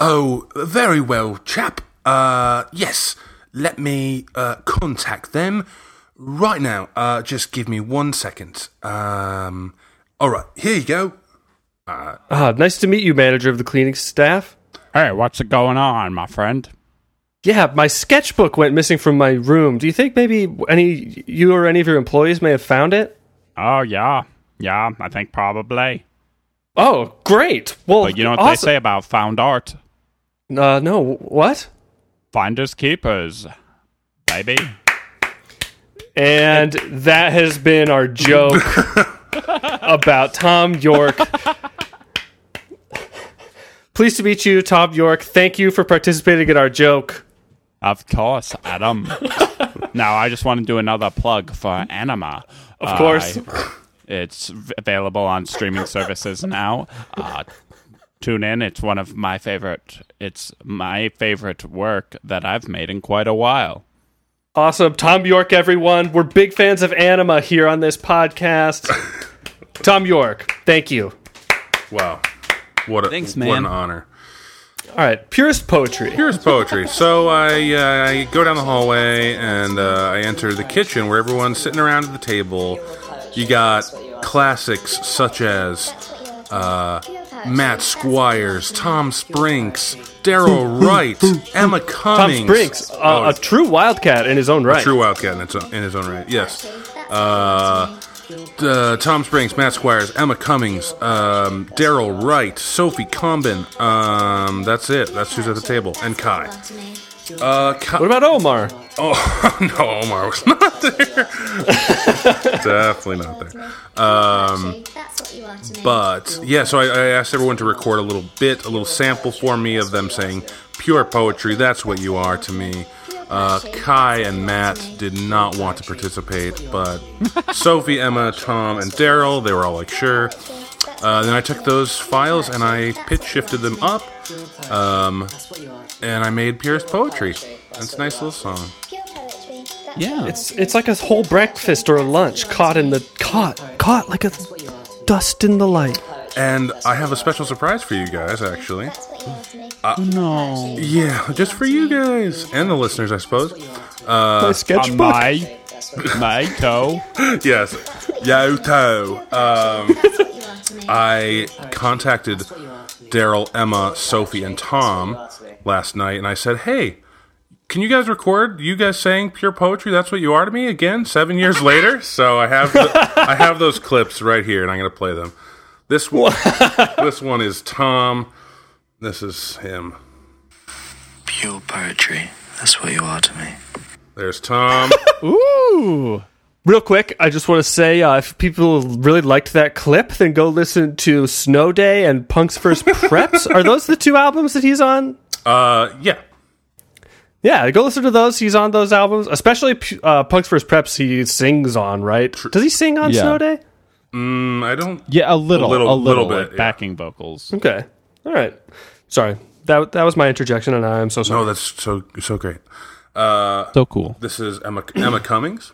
Speaker 4: Oh, very well, chap. Uh, yes, let me uh, contact them right now. Uh, just give me one second. Um, all right, here you go.
Speaker 3: Ah, nice to meet you, manager of the cleaning staff.
Speaker 5: Hey, what's going on, my friend?
Speaker 3: Yeah, my sketchbook went missing from my room. Do you think maybe any you or any of your employees may have found it?
Speaker 5: Oh yeah. Yeah, I think probably.
Speaker 3: Oh, great! Well,
Speaker 5: But you know what they say about found art?
Speaker 3: say. Uh, no, what?
Speaker 5: Finders keepers. Baby.
Speaker 3: And that has been our joke about Tom York. Pleased to meet you, Tom York. Thank you for participating in our joke.
Speaker 5: Of course, Adam. now, I just want to do another plug for Anima. Of
Speaker 3: course.
Speaker 5: it's v- available on streaming services now. Uh, tune in. It's one of my favorite. It's my favorite work that I've made in quite a while.
Speaker 3: Awesome, Tom York, everyone. We're big fans of Anima here on this podcast. Tom York, thank you.
Speaker 4: Wow, what a
Speaker 2: Thanks,
Speaker 4: what
Speaker 2: man.
Speaker 4: an honor.
Speaker 3: All right, purist poetry.
Speaker 4: Here's poetry. So I, uh, I go down the hallway and uh, I enter the kitchen where everyone's sitting around at the table. You got classics such as uh, Matt Squires, Tom Sprinks, Daryl Wright, Emma
Speaker 3: Tom
Speaker 4: Cummings.
Speaker 3: Sprinks, uh,
Speaker 4: Oh,
Speaker 3: a true wildcat in his own right.
Speaker 4: True Wildcat in its own, in his own right. Yes. Uh, uh, Tom Springs, Matt Squires, Emma Cummings, um, Daryl Wright, Sophie Combin. Um, that's it. That's who's at the table. And Kai. Uh, Kai
Speaker 3: What about Omar?
Speaker 4: oh, no, Omar was not there. Definitely not there.
Speaker 6: Um,
Speaker 4: But yeah, so I, I asked everyone to record a little bit, a little sample for me of them saying, "Pure poetry, that's what you are to me." Uh, Kai and Matt did not want to participate, but Sophie, Emma, Tom, and Daryl, they were all like, "Sure." Uh, then I took those files and I pitch shifted them up, um, and I made Purest Poetry. It's a nice little song.
Speaker 5: Yeah.
Speaker 3: It's it's like a whole breakfast or a lunch caught in the caught caught like a dust in the light.
Speaker 4: And I have a special surprise for you guys, actually. uh,
Speaker 5: Oh, no.
Speaker 4: Yeah, just for you guys and the listeners, I suppose.
Speaker 3: My
Speaker 5: On
Speaker 3: sketchbook.
Speaker 5: my, my toe.
Speaker 4: yes, Yoto. Um, I contacted Daryl, Emma, Sophie, and Tom last night, and I said, "Hey, can you guys record you guys saying pure poetry? That's what you are to me." Again, seven years later, so I have the, I have those clips right here, and I'm gonna play them. This one, this one is Tom. This is him.
Speaker 7: Pure poetry. That's what you are to me.
Speaker 4: There's Tom.
Speaker 5: Ooh.
Speaker 3: Real quick, I just want to say uh, if people really liked that clip, then go listen to Snow Day and Punk's First Preps. Are those the two albums that he's on?
Speaker 4: Uh, yeah.
Speaker 3: Yeah, go listen to those. He's on those albums, especially uh, Punk's First Preps. He sings on, right? Does he sing on
Speaker 2: Yeah.
Speaker 3: Snow Day?
Speaker 4: Mm, I don't.
Speaker 2: Yeah, a little, a
Speaker 4: A little-
Speaker 2: little,
Speaker 4: little bit.
Speaker 2: bit.
Speaker 5: Like backing vocals.
Speaker 3: Okay, all right. Sorry, that that was my interjection, and I'm so sorry.
Speaker 4: No, oh, that's so so great.
Speaker 2: So cool.
Speaker 4: This is Emma Emma Cummings.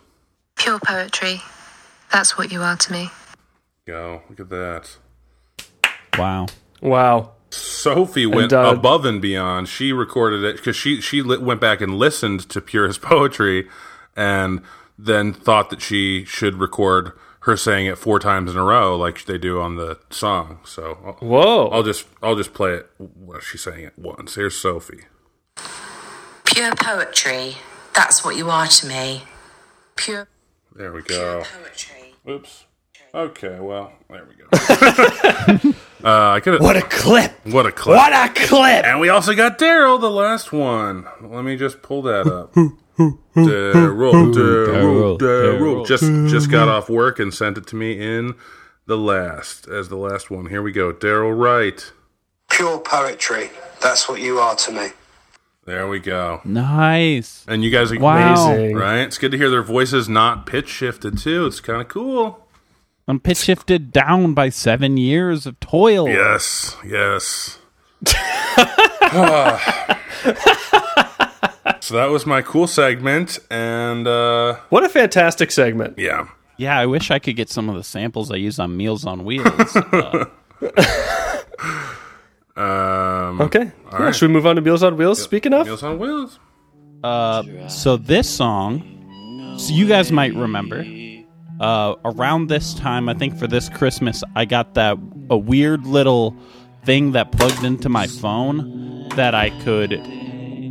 Speaker 8: Pure poetry. That's what you are to me.
Speaker 4: Go look at that.
Speaker 5: Wow.
Speaker 3: Wow.
Speaker 4: Sophie went
Speaker 3: uh,
Speaker 4: above and beyond. She recorded it because she she li- went back and listened to Purist poetry, and then thought that she should record her saying it four times in a row, like they do on the song. So I'll,
Speaker 3: Whoa.
Speaker 4: I'll just I'll just play it. Well, she's saying it once. Here's Sophie.
Speaker 9: Pure poetry. That's what you are to me. Pure,
Speaker 4: There we go.
Speaker 9: poetry.
Speaker 4: Oops. Okay. Well, there we go. uh, I could.
Speaker 3: a clip!
Speaker 4: What a clip.
Speaker 3: a clip!
Speaker 4: And we also got Daryl, the last one. Let me just pull that up. Daryl, Daryl,
Speaker 2: Daryl,
Speaker 4: Daryl. Just just got off work and sent it to me in the last as the last one. Here we go. Daryl Wright.
Speaker 10: Pure poetry. That's what you are to me.
Speaker 4: There we go.
Speaker 2: Nice.
Speaker 4: And you guys are
Speaker 2: Wow.
Speaker 3: Amazing.
Speaker 4: right? It's good to hear their voices not pitch shifted too. It's kind of cool.
Speaker 2: I'm pitch shifted down by seven years of toil.
Speaker 4: Yes, yes. so that was my cool segment, and uh,
Speaker 3: What a fantastic segment.
Speaker 4: yeah.
Speaker 2: Yeah, I wish I could get some of the samples I use on Meals on Wheels. Uh,
Speaker 4: Um,
Speaker 3: Okay. Yeah, Should we move on to Meals on Wheels? Speaking of,
Speaker 4: Meals on Wheels.
Speaker 2: uh, so this song, so you guys might remember. Uh, around this time, I think for this Christmas, I got that a weird little thing that plugged into my phone that I could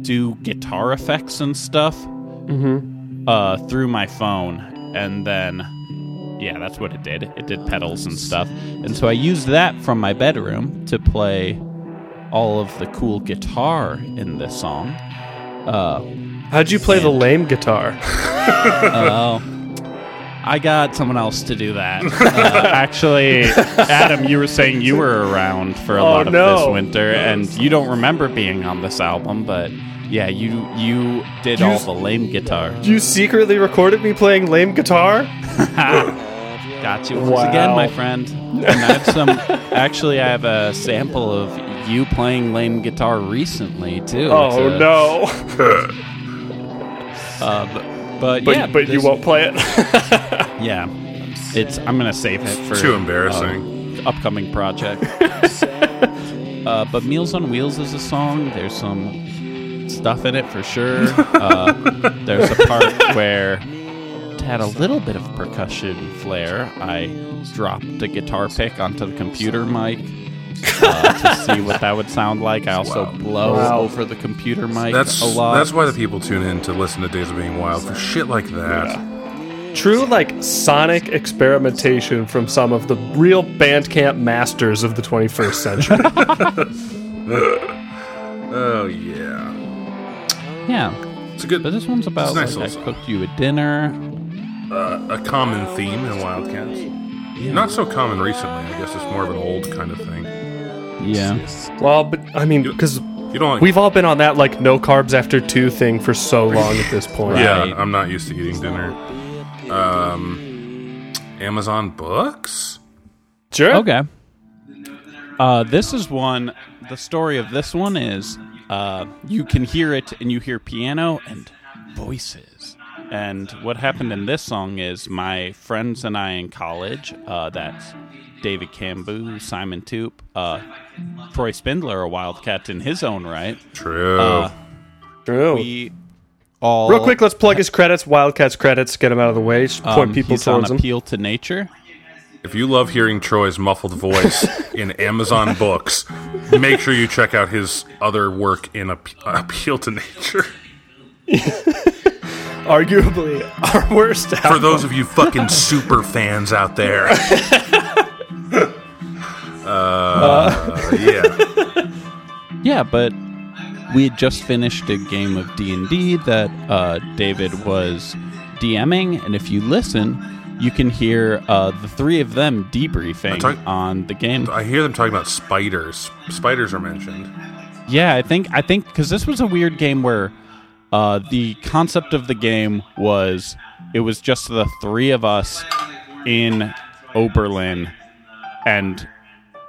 Speaker 2: do guitar effects and stuff uh, through my phone, and then yeah, that's what it did. It did pedals and stuff, and so I used that from my bedroom to play all of the cool guitar in this song.
Speaker 3: how'd you play the lame guitar?
Speaker 2: I got someone else to do that.
Speaker 5: Uh, actually, Adam, you were saying you were around for a
Speaker 3: Oh,
Speaker 5: lot of
Speaker 3: no.
Speaker 5: this winter, and you don't remember being on this album, but yeah, you you did all the lame guitar.
Speaker 3: you secretly recorded me playing lame guitar?
Speaker 2: Got you once again, my friend. And I have some. actually, I have a sample of you playing lame guitar recently too.
Speaker 3: Oh
Speaker 2: It's a-
Speaker 3: no.
Speaker 2: uh, b- but,
Speaker 3: But,
Speaker 2: yeah,
Speaker 3: but you
Speaker 2: this-
Speaker 3: won't play it.
Speaker 2: Yeah, it's. I'm gonna save it for
Speaker 4: Too embarrassing.
Speaker 2: uh, upcoming project. Uh, but Meals on Wheels is a song. There's some stuff in it for sure. Uh, there's a part where it had a little bit of percussion flair. I dropped a guitar pick onto the computer mic uh, to see what that would sound like. I also blow over the computer mic
Speaker 4: That's
Speaker 2: a lot.
Speaker 4: that's why the people tune in to listen to Days of Being Wild for shit like that.
Speaker 3: True, like sonic experimentation from some of the real Bandcamp masters of the 21st century.
Speaker 4: Oh yeah,
Speaker 2: yeah.
Speaker 4: it's a good,
Speaker 2: But this one's about
Speaker 4: It's nice
Speaker 2: like, I
Speaker 4: also.
Speaker 2: cooked you a dinner.
Speaker 4: uh, a common theme in Wildcats. Not so common recently. I guess it's more of an old kind of thing.
Speaker 2: Yeah.
Speaker 3: well, but I mean, because
Speaker 4: You don't like.
Speaker 3: we've all been on that like no carbs after two thing for so long at this point.
Speaker 4: yeah,
Speaker 2: Right.
Speaker 4: I'm not used to eating dinner. Um, Amazon books.
Speaker 3: Sure.
Speaker 2: Okay. Uh, this is one. The story of this one is uh, you can hear it, and you hear piano and voices. And what happened in this song is my friends and I in college. Uh, that's David Cambu, Simon Toop, uh, Troy Spindler, a Wildcat in his own right.
Speaker 4: True.
Speaker 2: Uh,
Speaker 3: True.
Speaker 2: We all
Speaker 3: Oh. Real quick, let's plug his credits, Wildcats credits, get him out of the way, just point
Speaker 2: um,
Speaker 3: people
Speaker 2: he's on
Speaker 3: towards him.
Speaker 2: appeal to nature.
Speaker 4: if you love hearing Troy's muffled voice in Amazon books, make sure you check out his other work in Appe- Appeal to Nature.
Speaker 3: Arguably our worst
Speaker 4: For
Speaker 3: album.
Speaker 4: those of you fucking super fans out there. Uh, Uh, yeah.
Speaker 2: Yeah, but we had just finished a game of D and D that uh, David was DMing, and if you listen, you can hear uh, the three of them debriefing
Speaker 4: talk-
Speaker 2: on the game.
Speaker 4: I hear them talking about spiders. Spiders are mentioned.
Speaker 2: Yeah, I think I think because this was a weird game where uh, the concept of the game was it was just the three of us in Oberlin, and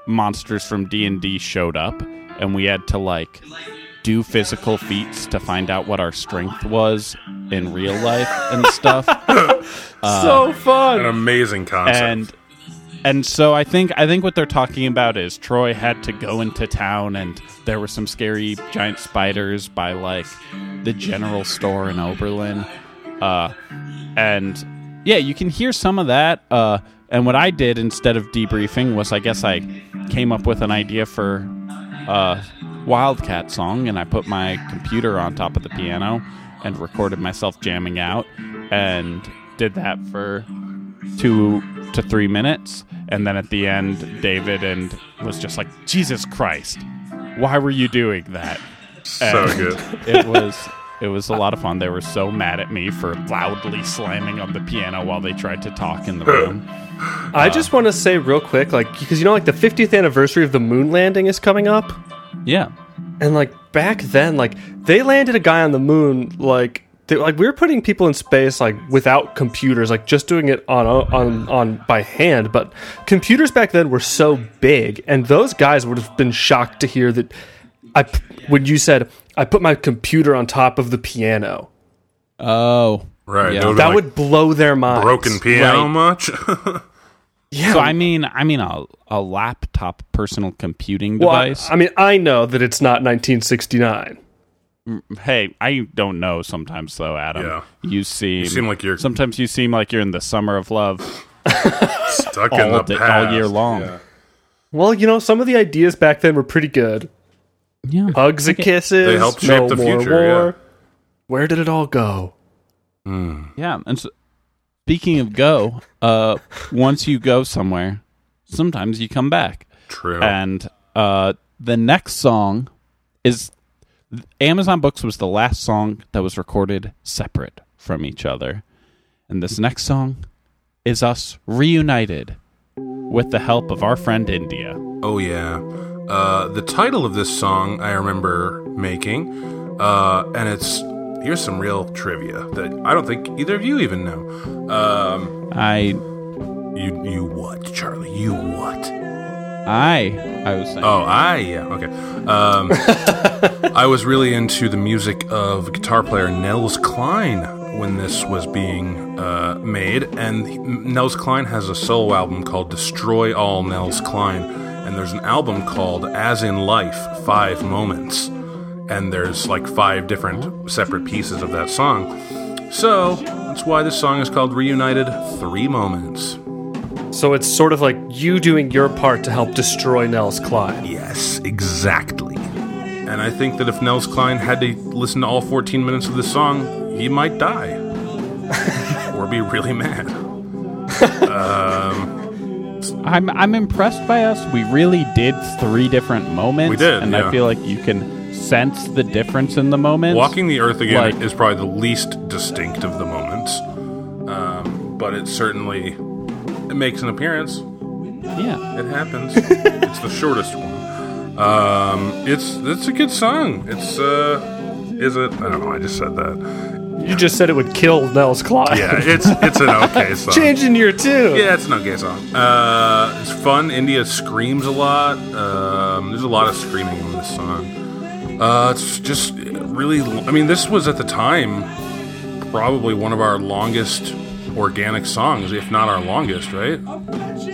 Speaker 2: monsters from D and D showed up, and we had to like do physical feats to find out what our strength was in real life and stuff.
Speaker 3: so
Speaker 4: An
Speaker 3: fun.
Speaker 4: amazing concept.
Speaker 2: and and so I think I think what they're talking about is Troy had to go into town and there were some scary giant spiders by like the general store in Oberlin, uh, and yeah, you can hear some of that. Uh, and what I did instead of debriefing was I guess I came up with an idea for a Wildcat song and I put my computer on top of the piano and recorded myself jamming out and did that for two to three minutes, and then at the end, David and was just like, "Jesus Christ, why were you doing that?"
Speaker 4: so good.
Speaker 2: It was it was a lot of fun. They were so mad at me for loudly slamming on the piano while they tried to talk in the room.
Speaker 4: uh,
Speaker 3: I just want to say real quick, like, because you know, like the 50th anniversary of the moon landing is coming up.
Speaker 2: Yeah,
Speaker 3: And like back then, like they landed a guy on the moon, like they, like we were putting people in space like without computers, like just doing it on uh, on on by hand. But computers back then were so big, and those guys would have been shocked to hear that I p- when you said I put my computer on top of the piano,
Speaker 2: oh.
Speaker 4: Right.
Speaker 2: Yeah.
Speaker 4: it would've
Speaker 3: that
Speaker 4: been like
Speaker 3: would blow their minds.
Speaker 4: broken piano
Speaker 2: Right.
Speaker 4: much.
Speaker 3: yeah.
Speaker 2: So I mean, I mean a, a laptop personal computing
Speaker 3: well, I,
Speaker 2: device.
Speaker 3: I mean, I know that it's not 1969.
Speaker 2: hey, I don't know. Sometimes though, Adam,
Speaker 4: Yeah.
Speaker 2: you seem
Speaker 4: seem like you're-
Speaker 2: sometimes you seem like you're in the summer of love
Speaker 4: Stuck in
Speaker 2: all
Speaker 4: the
Speaker 2: day,
Speaker 4: past.
Speaker 2: all year long.
Speaker 4: Yeah.
Speaker 3: Well, you know, some of the ideas back then were pretty good.
Speaker 2: Yeah.
Speaker 3: Hugs and kisses.
Speaker 4: They helped
Speaker 3: no
Speaker 4: shape the
Speaker 3: more
Speaker 4: future, yeah.
Speaker 3: War. Where did it all go?
Speaker 2: Yeah, and so, speaking of go, uh, once you go somewhere, sometimes you come back,
Speaker 4: True.
Speaker 2: and uh, the next song is Amazon Books was the last song that was recorded separate from each other, and this next song is us reunited with the help of our friend India.
Speaker 4: Oh yeah. Uh, the title of this song I remember making, uh, and it's here's some real trivia that I don't think either of you even know. Um,
Speaker 2: I,
Speaker 4: you you what, Charlie? You what?
Speaker 2: I, I was saying,
Speaker 4: Oh, I yeah okay. Um, I was really into the music of guitar player Nels Klein when this was being uh, made, and he- Nels Klein has a solo album called "Destroy All Nels Klein." and there's an album called As in Life Five Moments. And there's like five different separate pieces of that song. So that's why this song is called Reunited Three Moments.
Speaker 3: So it's sort of like you doing your part to help destroy Nels Klein.
Speaker 4: Yes, exactly. And I think that if Nels Klein had to listen to all 14 minutes of this song, he might die or be really mad.
Speaker 5: I'm I'm impressed by us. We really did three different moments.
Speaker 4: We did,
Speaker 5: and
Speaker 4: yeah.
Speaker 5: I feel like you can sense the difference in the moments.
Speaker 4: Walking the Earth again
Speaker 5: Like-
Speaker 4: is probably the least distinct of the moments, um, but it certainly it makes an appearance.
Speaker 5: yeah,
Speaker 4: It happens. it's the shortest one. Um, it's it's a good song. It's uh, is it? I don't know. I just said that.
Speaker 3: You just said it would kill Nels Klein.
Speaker 4: Yeah, it's it's an okay song.
Speaker 3: Changing your tune.
Speaker 4: Yeah, it's an okay song. Uh, it's fun. India screams a lot. Um, there's a lot of screaming in this song. Uh, it's just really. I mean, this was at the time probably one of our longest organic songs, if not our longest, right?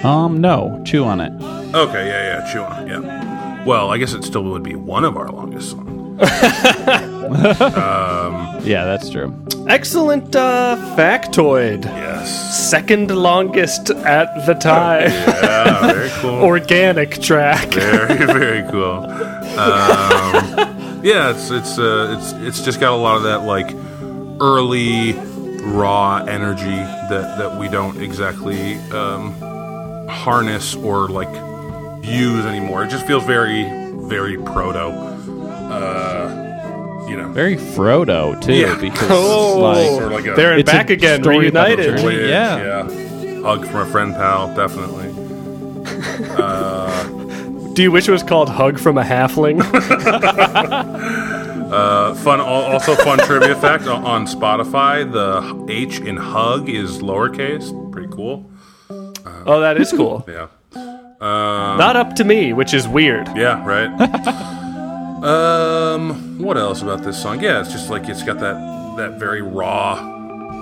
Speaker 5: Um, no, chew on it.
Speaker 4: Okay, yeah, yeah, chew on it, yeah. Well, I guess it still would be one of our longest songs.
Speaker 5: Yeah, that's true.
Speaker 3: Excellent uh, factoid.
Speaker 4: Yes.
Speaker 3: Second longest at the time.
Speaker 4: Yeah, very cool.
Speaker 3: Organic track.
Speaker 4: very very cool. Um, yeah, it's it's uh, it's it's just got a lot of that like early raw energy that that we don't exactly um, harness or like use anymore. It just feels very very proto. Uh, you know,
Speaker 5: Very Frodo too,
Speaker 4: Yeah.
Speaker 5: because
Speaker 3: Oh.
Speaker 4: or like a
Speaker 3: They're
Speaker 2: It's a
Speaker 3: back again,
Speaker 2: story about a
Speaker 3: reunited.
Speaker 2: journey.
Speaker 4: Weird,
Speaker 2: Yeah.
Speaker 4: yeah. Hug from a friend, pal, definitely.
Speaker 3: Do you wish it was called Hug from a Halfling?
Speaker 4: Fun, al- also fun trivia fact o- on Spotify: the H in hug is lowercase. Pretty cool.
Speaker 3: oh, that is cool.
Speaker 4: Yeah. Um,
Speaker 3: Not up to me, which is weird.
Speaker 4: yeah. Right. um. What else about this song? Yeah, it's just like it's got that that very raw,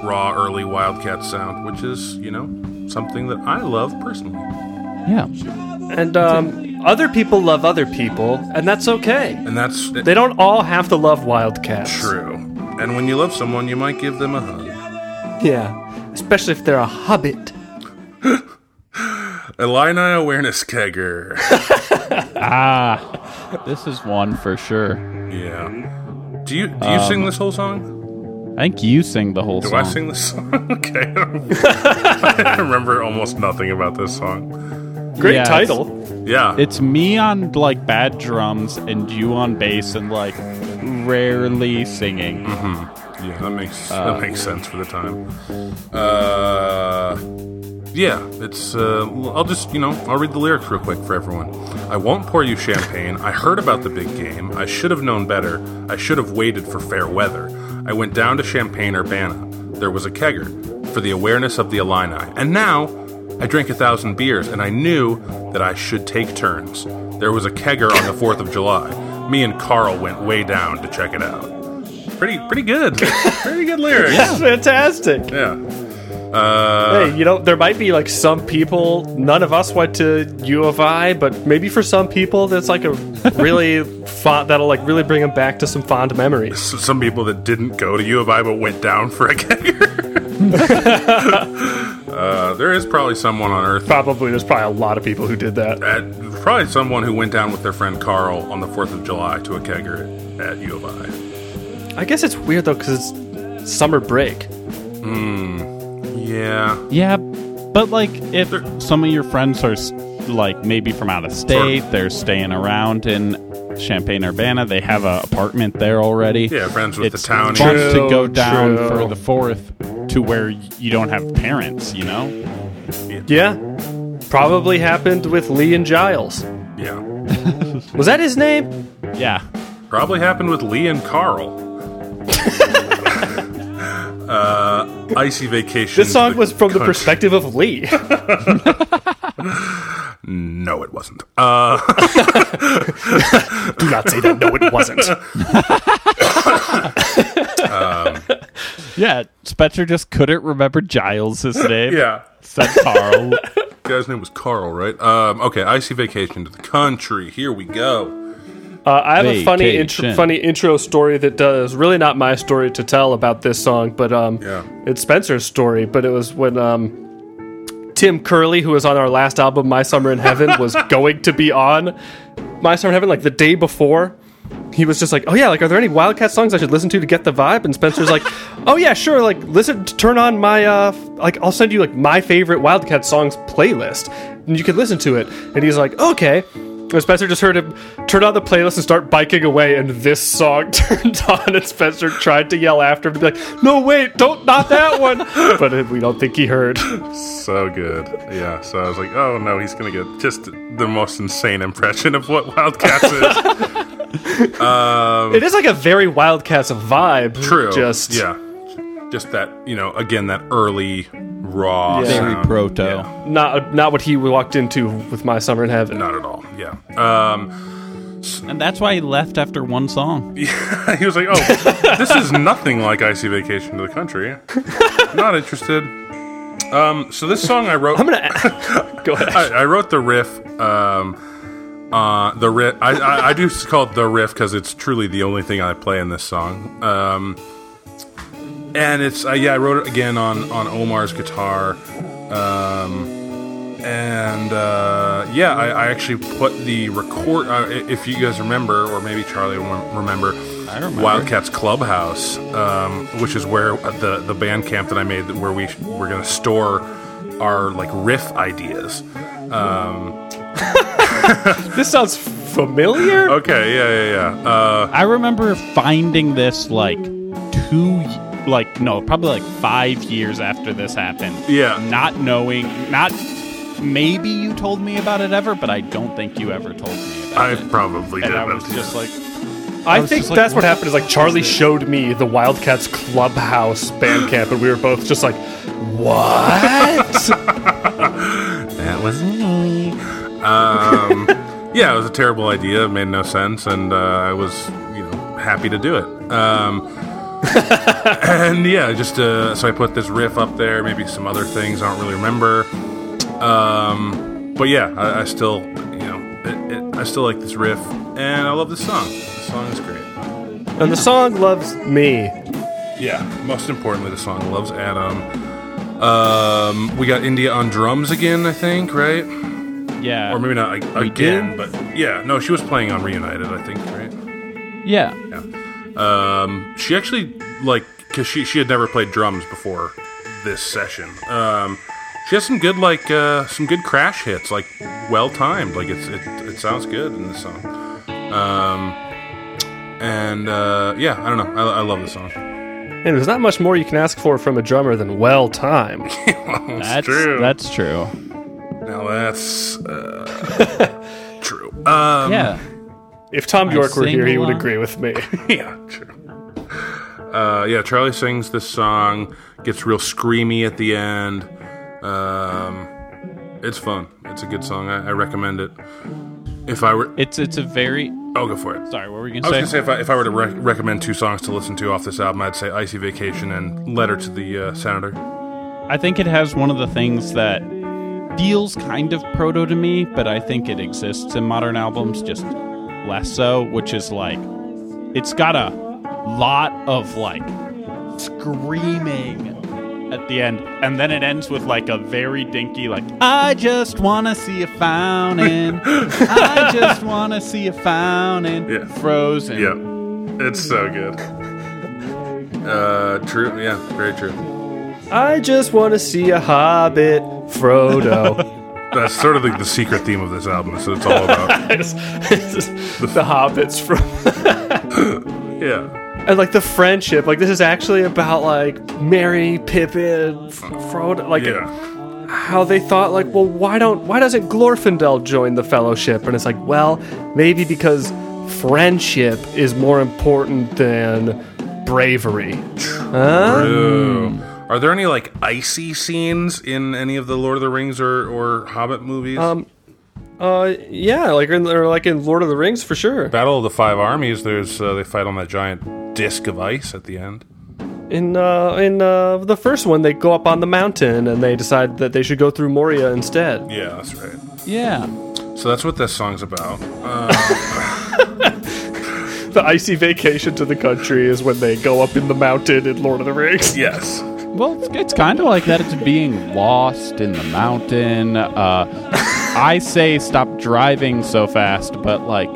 Speaker 4: raw early Wildcat sound, which is you know something that I love personally.
Speaker 5: yeah,
Speaker 3: And um, other people love other people, and that's okay.
Speaker 4: And that's
Speaker 3: They don't all have to love Wildcats.
Speaker 4: true. And when you love someone, you might give them a hug.
Speaker 3: Yeah. Especially if they're a hobbit.
Speaker 4: Illini awareness kegger.
Speaker 5: this is one for sure.
Speaker 4: yeah. Do you do you sing this whole song?
Speaker 5: I think you sing the whole
Speaker 4: Do
Speaker 5: song.
Speaker 4: I sing this song? okay. I remember almost nothing about this song.
Speaker 3: Great
Speaker 5: Yeah, it's-
Speaker 3: title.
Speaker 4: Yeah.
Speaker 5: It's me on like bad drums and you on bass and like rarely singing.
Speaker 4: yeah, that makes that makes sense for the time. Uh yeah, it's uh l- I'll just, you know, I'll read the lyrics real quick for everyone. I won't pour you champagne. I heard about the big game. I should have known better. I should have waited for fair weather. I went down to Champaign Urbana. There was a kegger for the awareness of the Illini. And now I drank a thousand beers, and I knew that I should take turns. There was a kegger on the 4th of July. Me and Carl went way down to check it out. Pretty, pretty good. pretty good lyrics. Yeah.
Speaker 3: Fantastic.
Speaker 4: Uh,
Speaker 3: Hey, you know, there might be like some people, none of us went to U of I, but maybe for some people, that's like a really fond, that'll like really bring them back to some fond memories.
Speaker 4: s- Some people that didn't go to U of I but went down for a kegger. uh, there is probably someone on Earth.
Speaker 3: Probably, there's probably a lot of people who did that.
Speaker 4: At, probably someone who went down with their friend Carl on the 4th of July to a kegger at U of I.
Speaker 3: I guess it's weird though, because it's summer break.
Speaker 4: Yeah.
Speaker 5: Yeah, but like if some of your friends are s- like maybe from out of state, they're staying around in Champaign Urbana. They have an apartment there already.
Speaker 4: Yeah, friends with
Speaker 5: it's
Speaker 4: the town.
Speaker 5: fun
Speaker 3: True,
Speaker 5: to go down
Speaker 3: true.
Speaker 5: for the fourth to where y- you don't have parents. You know,
Speaker 3: Yeah. Probably happened with Lee and Giles.
Speaker 4: Yeah.
Speaker 3: Was that his name?
Speaker 5: yeah.
Speaker 4: Probably happened with Lee and Carl. uh, icy vacation.
Speaker 3: This song was from the perspective of Lee. Uh,
Speaker 4: No, it wasn't. Uh,
Speaker 3: Do not say that. No, it wasn't.
Speaker 5: Yeah, Spencer just couldn't remember Giles's name.
Speaker 4: yeah.
Speaker 5: Said Carl.
Speaker 4: guy's name was Carl, right? Um, okay, icy vacation to the country. Here we go.
Speaker 3: Uh, I have a funny, intro,
Speaker 2: Vacation.
Speaker 3: funny intro story that does really not my story to tell about this song, but um,
Speaker 4: Yeah.
Speaker 3: it's Spencer's story. But it was when um, Tim Curley, who was on our last album, My Summer in Heaven, was going to be on My Summer in Heaven like the day before. He was just like, "Oh yeah, like are there any Wildcat songs I should listen to to get the vibe?" And Spencer's like, "Oh yeah, sure. Like listen, turn on my uh, f- like I'll send you like my favorite Wildcat songs playlist, and you can listen to it." And he's like, "Okay." And Spencer just heard him turn on the playlist and start biking away, and this song turned on. And Spencer tried to yell after him to be like, "No, wait, don't not that one!" but uh, we don't think he heard.
Speaker 4: So good. Yeah, so I was like, oh no, he's going to get just the most insane impression of what Wildcats is.
Speaker 3: It is like a very Wildcats vibe.
Speaker 4: Um, True.
Speaker 3: Just
Speaker 4: Yeah. Just that, you know, again, that early, raw.
Speaker 3: Yeah.
Speaker 2: Very
Speaker 4: sound.
Speaker 2: proto.
Speaker 4: Yeah.
Speaker 3: not not what he walked into with my summer in heaven.
Speaker 4: Not at all. Yeah. Um,
Speaker 5: And that's why he left after one song.
Speaker 4: he was like, "Oh, this is nothing like icy vacation to the country. Not interested." Um, so this song I wrote.
Speaker 3: I'm gonna go ahead.
Speaker 4: I, I wrote the riff. Um, uh, the riff. I, I, I do call it the riff because it's truly the only thing I play in this song. Um, and it's uh, yeah, I wrote it again on on Omar's guitar. Um, and uh, yeah, I, I actually put the record. Uh, i- if you guys remember, or maybe Charlie will remember, I remember Wildcats Clubhouse, um, which is where the the band camp that I made, where we were going to store our like riff ideas. Um,
Speaker 3: This sounds familiar.
Speaker 4: Okay, yeah, yeah, yeah. Uh,
Speaker 5: I remember finding this like two, y- like, no, probably like five years after this happened.
Speaker 4: Yeah.
Speaker 5: Not knowing, not maybe you told me about it ever, but I don't think you ever told me about
Speaker 4: I
Speaker 5: it.
Speaker 4: probably did.
Speaker 5: And I
Speaker 4: but-
Speaker 5: was just like,
Speaker 3: I,
Speaker 2: was
Speaker 3: think
Speaker 2: just like,
Speaker 3: that's
Speaker 2: what
Speaker 3: what happened. Is like Charlie showed me the Wildcats Clubhouse band camp, and we were both just like, "What?"
Speaker 4: That was me. Um, yeah, it was a terrible idea. It made no sense, and uh, I was, you know, happy to do it. Um, and yeah, just uh, so I put this riff up there. Maybe some other things I don't really remember. Um, but yeah, I, I still, you know, it, it, I still like this riff, and I love this song. This song is great.
Speaker 3: and the song loves me.
Speaker 4: Yeah, most importantly, the song loves Adam. Um, we got India on drums again, I think, right?
Speaker 5: yeah.
Speaker 4: Or maybe not like, again, but yeah, no, she was playing on Reunited, I think, right?
Speaker 5: yeah.
Speaker 4: Um, she actually like because she she had never played drums before this session. Um, she has some good like uh, some good crash hits, like well timed, like it's it, it sounds good in the song. Um, and uh, yeah, I don't know, I, I love the song.
Speaker 3: And there's not much more you can ask for from a drummer than well time.
Speaker 5: That's
Speaker 4: true.
Speaker 5: That's true.
Speaker 4: Now that's uh, true. Um,
Speaker 5: Yeah.
Speaker 3: If Tom York were
Speaker 5: sing
Speaker 3: here, he would
Speaker 5: along.
Speaker 3: agree with me.
Speaker 4: yeah, true. Uh, yeah, Charlie sings this song, gets real screamy at the end. Um, it's fun. It's a good song. I, I recommend it. If I were,
Speaker 5: It's it's a very
Speaker 4: I'll go for it.
Speaker 5: sorry. What were you
Speaker 4: I was
Speaker 5: gonna
Speaker 4: gonna
Speaker 5: say?
Speaker 4: say if I, if I were to rec recommend two songs to listen to off this album, I'd say "Icy Vacation" and "Letter to the uh, Senator."
Speaker 5: I think it has one of the things that feels kind of proto to me, but I think it exists in modern albums just less so, which is like it's got a lot of like screaming at the end, and then it ends with like a very dinky like I just wanna see a fountain, I just wanna see a fountain,
Speaker 4: Yeah.
Speaker 5: frozen.
Speaker 4: Yep, it's so good. Uh, true. Yeah, very true.
Speaker 3: I just want to see a hobbit, Frodo.
Speaker 4: That's sort of like the secret theme of this album. So it's all about
Speaker 3: It's- it's- the hobbits from
Speaker 4: yeah.
Speaker 3: and like the friendship like this is actually about like mary pippin F- frodo like
Speaker 4: Yeah.
Speaker 3: how they thought like well why don't why doesn't glorfindel join the fellowship and it's like well maybe because friendship is more important than bravery huh?
Speaker 4: Ooh. Are there any like icy scenes in any of the Lord of the Rings or, or Hobbit movies?
Speaker 3: Um, uh yeah like in or like in lord of the rings for sure
Speaker 4: Battle of the Five Armies. There's uh, they fight on that giant disc of ice at the end.
Speaker 3: In uh, in uh, the first one, they go up on the mountain and they decide that they should go through Moria instead.
Speaker 4: Yeah, that's right.
Speaker 2: Yeah.
Speaker 4: So that's what this song's about.
Speaker 3: The icy vacation to the country is when they go up in the mountain in Lord of the Rings.
Speaker 4: Yes.
Speaker 2: Well, it's, it's kind of like that. It's being lost in the mountain. Uh, I say stop driving so fast, but like,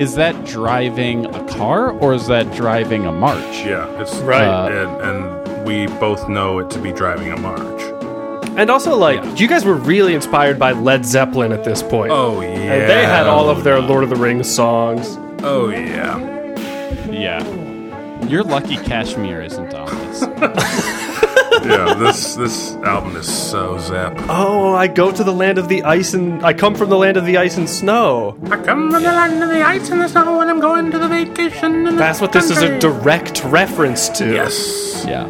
Speaker 2: is that driving a car or is that driving a march?
Speaker 4: Yeah, it's uh,
Speaker 3: Right.
Speaker 4: and, and we both know it to be driving a march.
Speaker 3: And also, like, you guys were really inspired by Led Zeppelin at this point.
Speaker 4: Oh yeah.
Speaker 3: And they had all of their Lord of the Rings songs.
Speaker 4: Oh yeah.
Speaker 2: Yeah. You're lucky Kashmir isn't on this.
Speaker 4: Yeah. this this album is so zap.
Speaker 3: Oh, I go to the land of the ice and I come from the land of the ice and snow.
Speaker 4: I come from the land of the ice and the snow, and I'm going to the vacation. In the
Speaker 3: That's what this is a
Speaker 4: country.
Speaker 3: direct reference to.
Speaker 4: yes.
Speaker 2: Yeah.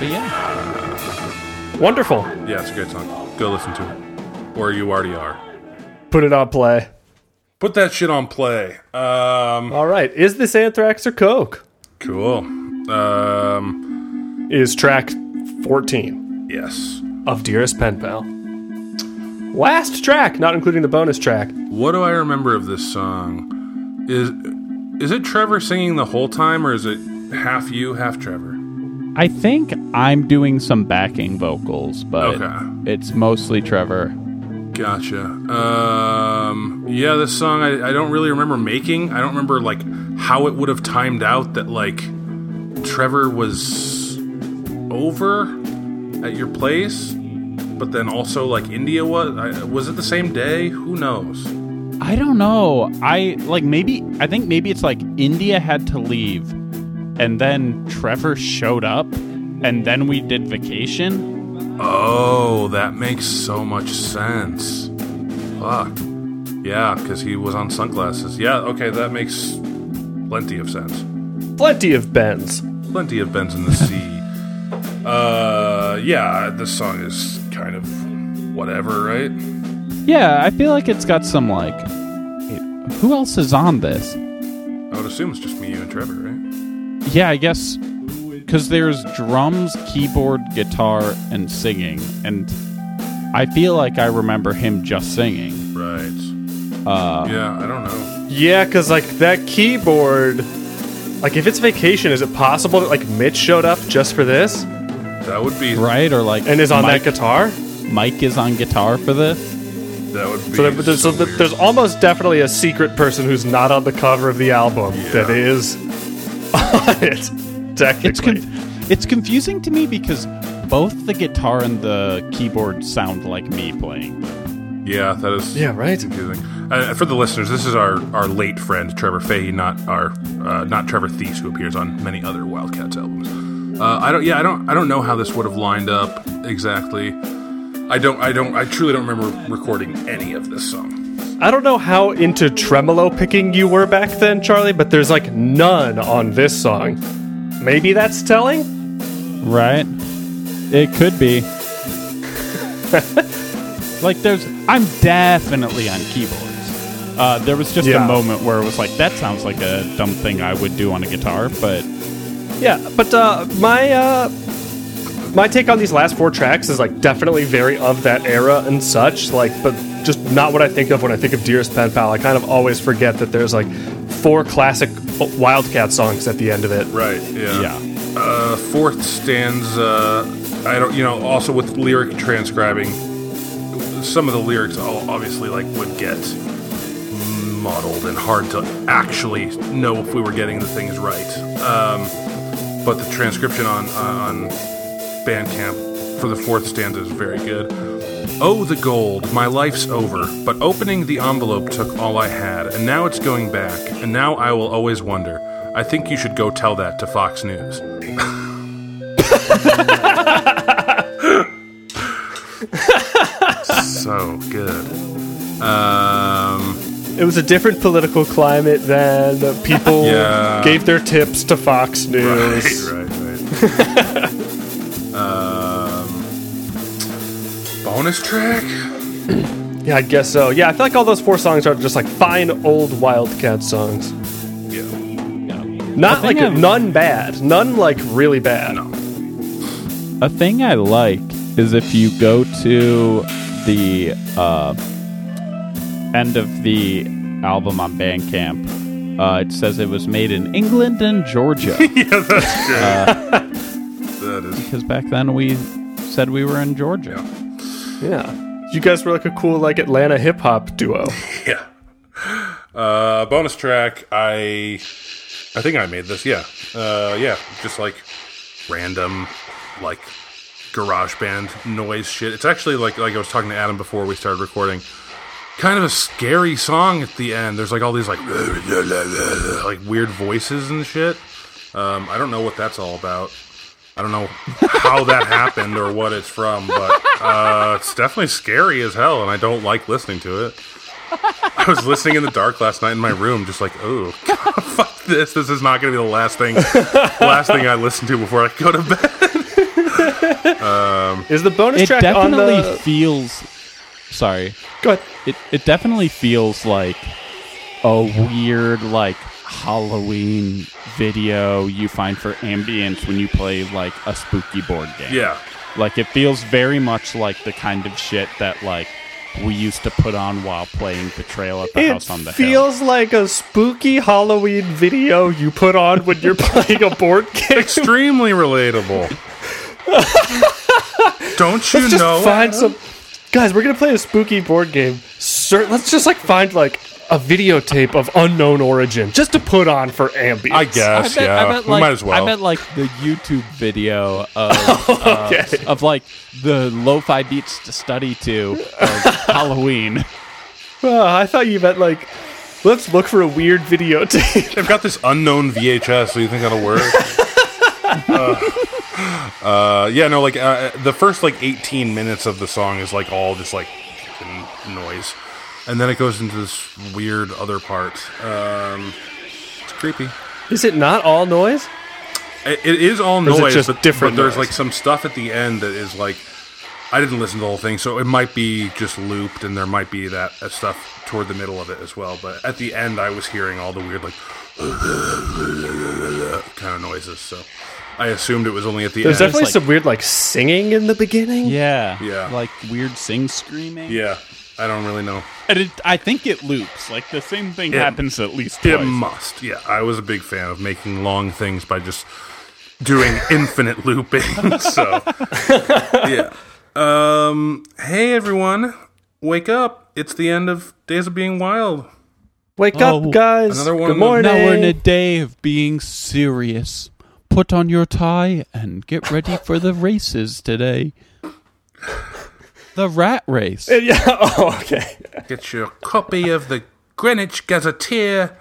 Speaker 2: But yeah.
Speaker 3: Wonderful.
Speaker 4: Yeah, it's a great song. Go listen to it, or you already are.
Speaker 3: Put it on play.
Speaker 4: Put that shit on play. Um,
Speaker 3: All right. Is this Anthrax or Coke?
Speaker 4: cool. Um,
Speaker 3: Is track 14
Speaker 4: yes.
Speaker 3: of Dearest Pen Pal. Last track, not including the bonus track.
Speaker 4: What do I remember of this song? Is is it Trevor singing the whole time, or is it half you, half Trevor?
Speaker 2: I think I'm doing some backing vocals, but
Speaker 4: Okay.
Speaker 2: it's mostly Trevor.
Speaker 4: Gotcha. Um, yeah, this song I, I don't really remember making. I don't remember like how it would have timed out that like Trevor was over at your place, but then also like India was. I, was it the same day? Who knows?
Speaker 2: I don't know. I like maybe I think maybe it's like India had to leave and then Trevor showed up and then we did vacation.
Speaker 4: Oh, that makes so much sense. Fuck. Yeah, because he was on sunglasses. Yeah, okay, that makes plenty of sense.
Speaker 3: Plenty of bends.
Speaker 4: plenty of bends in the sea. uh, yeah, this song is kind of whatever, right?
Speaker 2: Yeah, I feel like it's got some like it- who else is on this?
Speaker 4: I would assume it's just me, you, and Trevor, right?
Speaker 2: Yeah, I guess cuz there's drums, keyboard, guitar and singing and I feel like I remember him just singing.
Speaker 4: Right. yeah, I don't know.
Speaker 3: Yeah, because, like, that keyboard. Like, if it's vacation, is it possible that, like, Mitch showed up just for this
Speaker 4: That would be
Speaker 2: Right or like
Speaker 3: and is on
Speaker 2: Mike,
Speaker 3: that guitar?
Speaker 2: Mike is on guitar for this.
Speaker 4: that would be.
Speaker 3: So, there, there's, so
Speaker 4: so
Speaker 3: there-
Speaker 4: weird.
Speaker 3: there's almost definitely a secret person who's not on the cover of the album that is on it. Technically,
Speaker 2: It's con- it's confusing to me because both the guitar and the keyboard sound like me playing.
Speaker 4: yeah, that is
Speaker 3: Yeah, right?
Speaker 4: confusing. Uh, for the listeners, this is our our late friend Trevor Fahey, not our uh, not Trevor Thies, who appears on many other Wildcats albums. Uh, I don't. Yeah, I don't. I don't know how this would have lined up exactly. I don't. I don't. I truly don't remember recording any of this song.
Speaker 3: I don't know how into tremolo picking you were back then, Charlie, but there's like none on this song. Maybe that's telling.
Speaker 2: Right? It could be. like there's I'm definitely on keyboards. Uh, there was just
Speaker 3: Yeah.
Speaker 2: a moment where it was like that sounds like a dumb thing I would do on a guitar, but
Speaker 3: Yeah, but uh, my uh, my take on these last four tracks is like definitely very of that era and such. Like, but just not what I think of when I think of Dearest Pen Pal. I kind of always forget that there's like four classic Wildcat songs at the end of it.
Speaker 4: Right. Yeah.
Speaker 2: yeah.
Speaker 4: Uh, fourth stanza. I don't. You know. Also with lyric transcribing, some of the lyrics all obviously like would get muddled and hard to actually know if we were getting the things right. Um, but the transcription on on Bandcamp for the fourth stanza is very good. Oh, the gold, my life's over, but opening the envelope took all I had, and now it's going back, and now I will always wonder. I think you should go tell that to Fox News. so good. Um,
Speaker 3: It was a different political climate then. The People
Speaker 4: Yeah.
Speaker 3: gave their tips to Fox
Speaker 4: right,
Speaker 3: News.
Speaker 4: right, right. um, bonus track?
Speaker 3: Yeah, I guess so. Yeah, I feel like all those four songs are just like fine old Wildcat songs.
Speaker 4: Yeah.
Speaker 3: Not like
Speaker 2: I've-
Speaker 3: none bad. None like really bad.
Speaker 2: A thing I like is if you go to the uh, end of the album on Bandcamp, uh, it says it was made in England and Georgia.
Speaker 4: yeah, that's good. that is.
Speaker 2: Because back then we said we were in Georgia.
Speaker 3: Yeah. You guys were like a cool like Atlanta hip hop duo.
Speaker 4: Yeah. Uh, bonus track. I, I think I made this. Yeah. Uh, yeah. Just like random, like garage band noise shit. It's actually like like I was talking to Adam before we started recording. Kind of a scary song at the end. There's like all these like like weird voices and shit. Um, I don't know what that's all about. I don't know how that happened or what it's from, but uh, it's definitely scary as hell, and I don't like listening to it. I was listening in the dark last night in my room, just like, oh, God, fuck this. This is not going to be the last thing, last thing I listen to before I go to bed.
Speaker 3: Is the bonus
Speaker 2: It
Speaker 3: track
Speaker 2: definitely
Speaker 3: on the
Speaker 2: feels. Sorry.
Speaker 3: Go ahead.
Speaker 2: It, it definitely feels like a weird, like, Halloween video you find for ambience when you play, like, a spooky board game.
Speaker 4: Yeah,
Speaker 2: Like it feels very much like the kind of shit that like we used to put on while playing Betrayal at the House on the
Speaker 3: It
Speaker 2: Hill.
Speaker 3: feels like a spooky Halloween video you put on when you're playing a board game.
Speaker 4: extremely relatable. Don't you
Speaker 3: let's just
Speaker 4: know?
Speaker 3: find some guys we're gonna play a spooky board game Sir, let's just like find like a videotape of unknown origin just to put on for ambience
Speaker 4: I guess, yeah. we
Speaker 2: like,
Speaker 4: might as well.
Speaker 2: I meant like the YouTube video of
Speaker 3: okay
Speaker 2: of like the lo-fi beats to study to of Halloween.
Speaker 3: Uh, i thought you meant like let's look for a weird videotape
Speaker 4: I've got this unknown VHS. So you think that'll work? uh, uh, yeah, no, like uh, the first like 18 minutes of the song is like all just like fucking noise, and then it goes into this weird other part. Um, it's creepy.
Speaker 3: is it not all noise
Speaker 4: It, it is all
Speaker 3: is
Speaker 4: noise,
Speaker 3: it just
Speaker 4: but,
Speaker 3: different
Speaker 4: but there's
Speaker 3: noise?
Speaker 4: like some stuff at the end that is like I didn't listen to the whole thing, so it might be just looped, and there might be that uh, stuff toward the middle of it as well. But at the end, I was hearing all the weird like kind of noises, so I assumed it was only at the
Speaker 3: there's
Speaker 4: end.
Speaker 3: definitely
Speaker 2: like-
Speaker 3: some weird like singing in the beginning
Speaker 2: Yeah.
Speaker 4: Yeah.
Speaker 2: Like weird sing screaming.
Speaker 4: yeah, I don't really know.
Speaker 2: And it, I think it loops. Like the same thing happens at least
Speaker 4: It
Speaker 2: twice.
Speaker 4: must. Yeah, I was a big fan of making long things by just doing infinite looping. So, yeah. Um, hey, everyone. Wake up. It's the end of Days of Being Wild.
Speaker 3: wake
Speaker 11: Oh,
Speaker 3: up guys
Speaker 4: another one
Speaker 3: good
Speaker 4: of them.
Speaker 3: morning
Speaker 11: Now we're in a day of being serious. Put on your tie and get ready for the races today. The rat race.
Speaker 3: yeah oh okay
Speaker 4: Get your copy of the Greenwich Gazetteer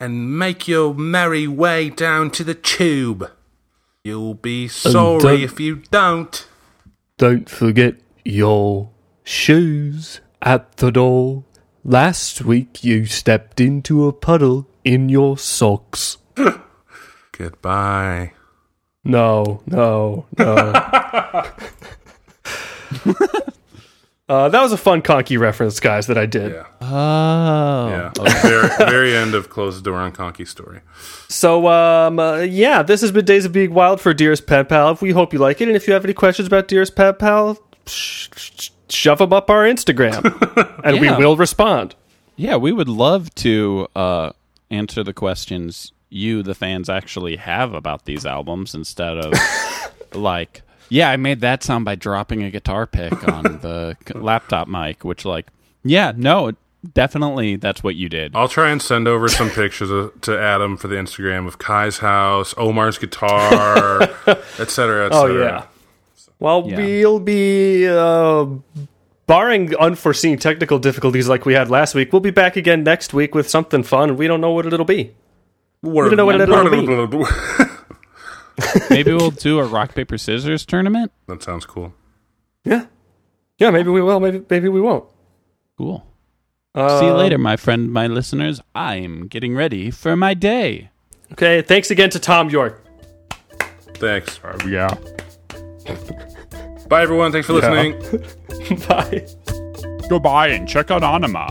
Speaker 4: and make your merry way down to the tube. You'll be sorry
Speaker 3: don't-
Speaker 4: if you don't.
Speaker 3: Don't forget your shoes at the door. Last week you stepped into a puddle in your socks.
Speaker 4: Goodbye.
Speaker 3: No, no, no. uh, that was a fun conky reference, guys, that I did.
Speaker 4: Yeah.
Speaker 11: Oh.
Speaker 4: Yeah. very, very end of Close the Door on Conky story.
Speaker 3: So, um, uh, yeah, this has been Days of Being Wild for Dearest Pet Pal. We hope you like it. And if you have any questions about Dearest Pet Pal, sh- sh- shove them up our Instagram and we
Speaker 11: Yeah.
Speaker 3: will respond.
Speaker 2: Yeah, we would love to uh, answer the questions you, the fans, actually have about these albums instead of like, yeah, I made that sound by dropping a guitar pick on the c- laptop mic, which, like, yeah, no, definitely that's what you did.
Speaker 4: I'll try and send over some pictures of, to Adam for the Instagram of Kai's house, Omar's guitar, etc. Cetera, et
Speaker 3: Oh
Speaker 4: cetera.
Speaker 3: yeah. Well,
Speaker 2: Yeah.
Speaker 3: we'll be uh, barring unforeseen technical difficulties like we had last week. We'll be back again next week with something fun. and We don't know what it'll be.
Speaker 4: Word-
Speaker 3: don't know what it'll
Speaker 4: word-
Speaker 2: Maybe we'll do a rock, paper, scissors tournament.
Speaker 4: that sounds cool.
Speaker 3: Yeah, yeah. Maybe we will. Maybe maybe we won't.
Speaker 2: Cool.
Speaker 3: Uh,
Speaker 2: See you later, my friend, my listeners. I'm getting ready for my day.
Speaker 3: Okay. Thanks again to Tom York.
Speaker 4: Thanks.
Speaker 2: Yeah.
Speaker 4: Bye everyone. Thanks for listening.
Speaker 3: Bye.
Speaker 2: Goodbye and check out Anima.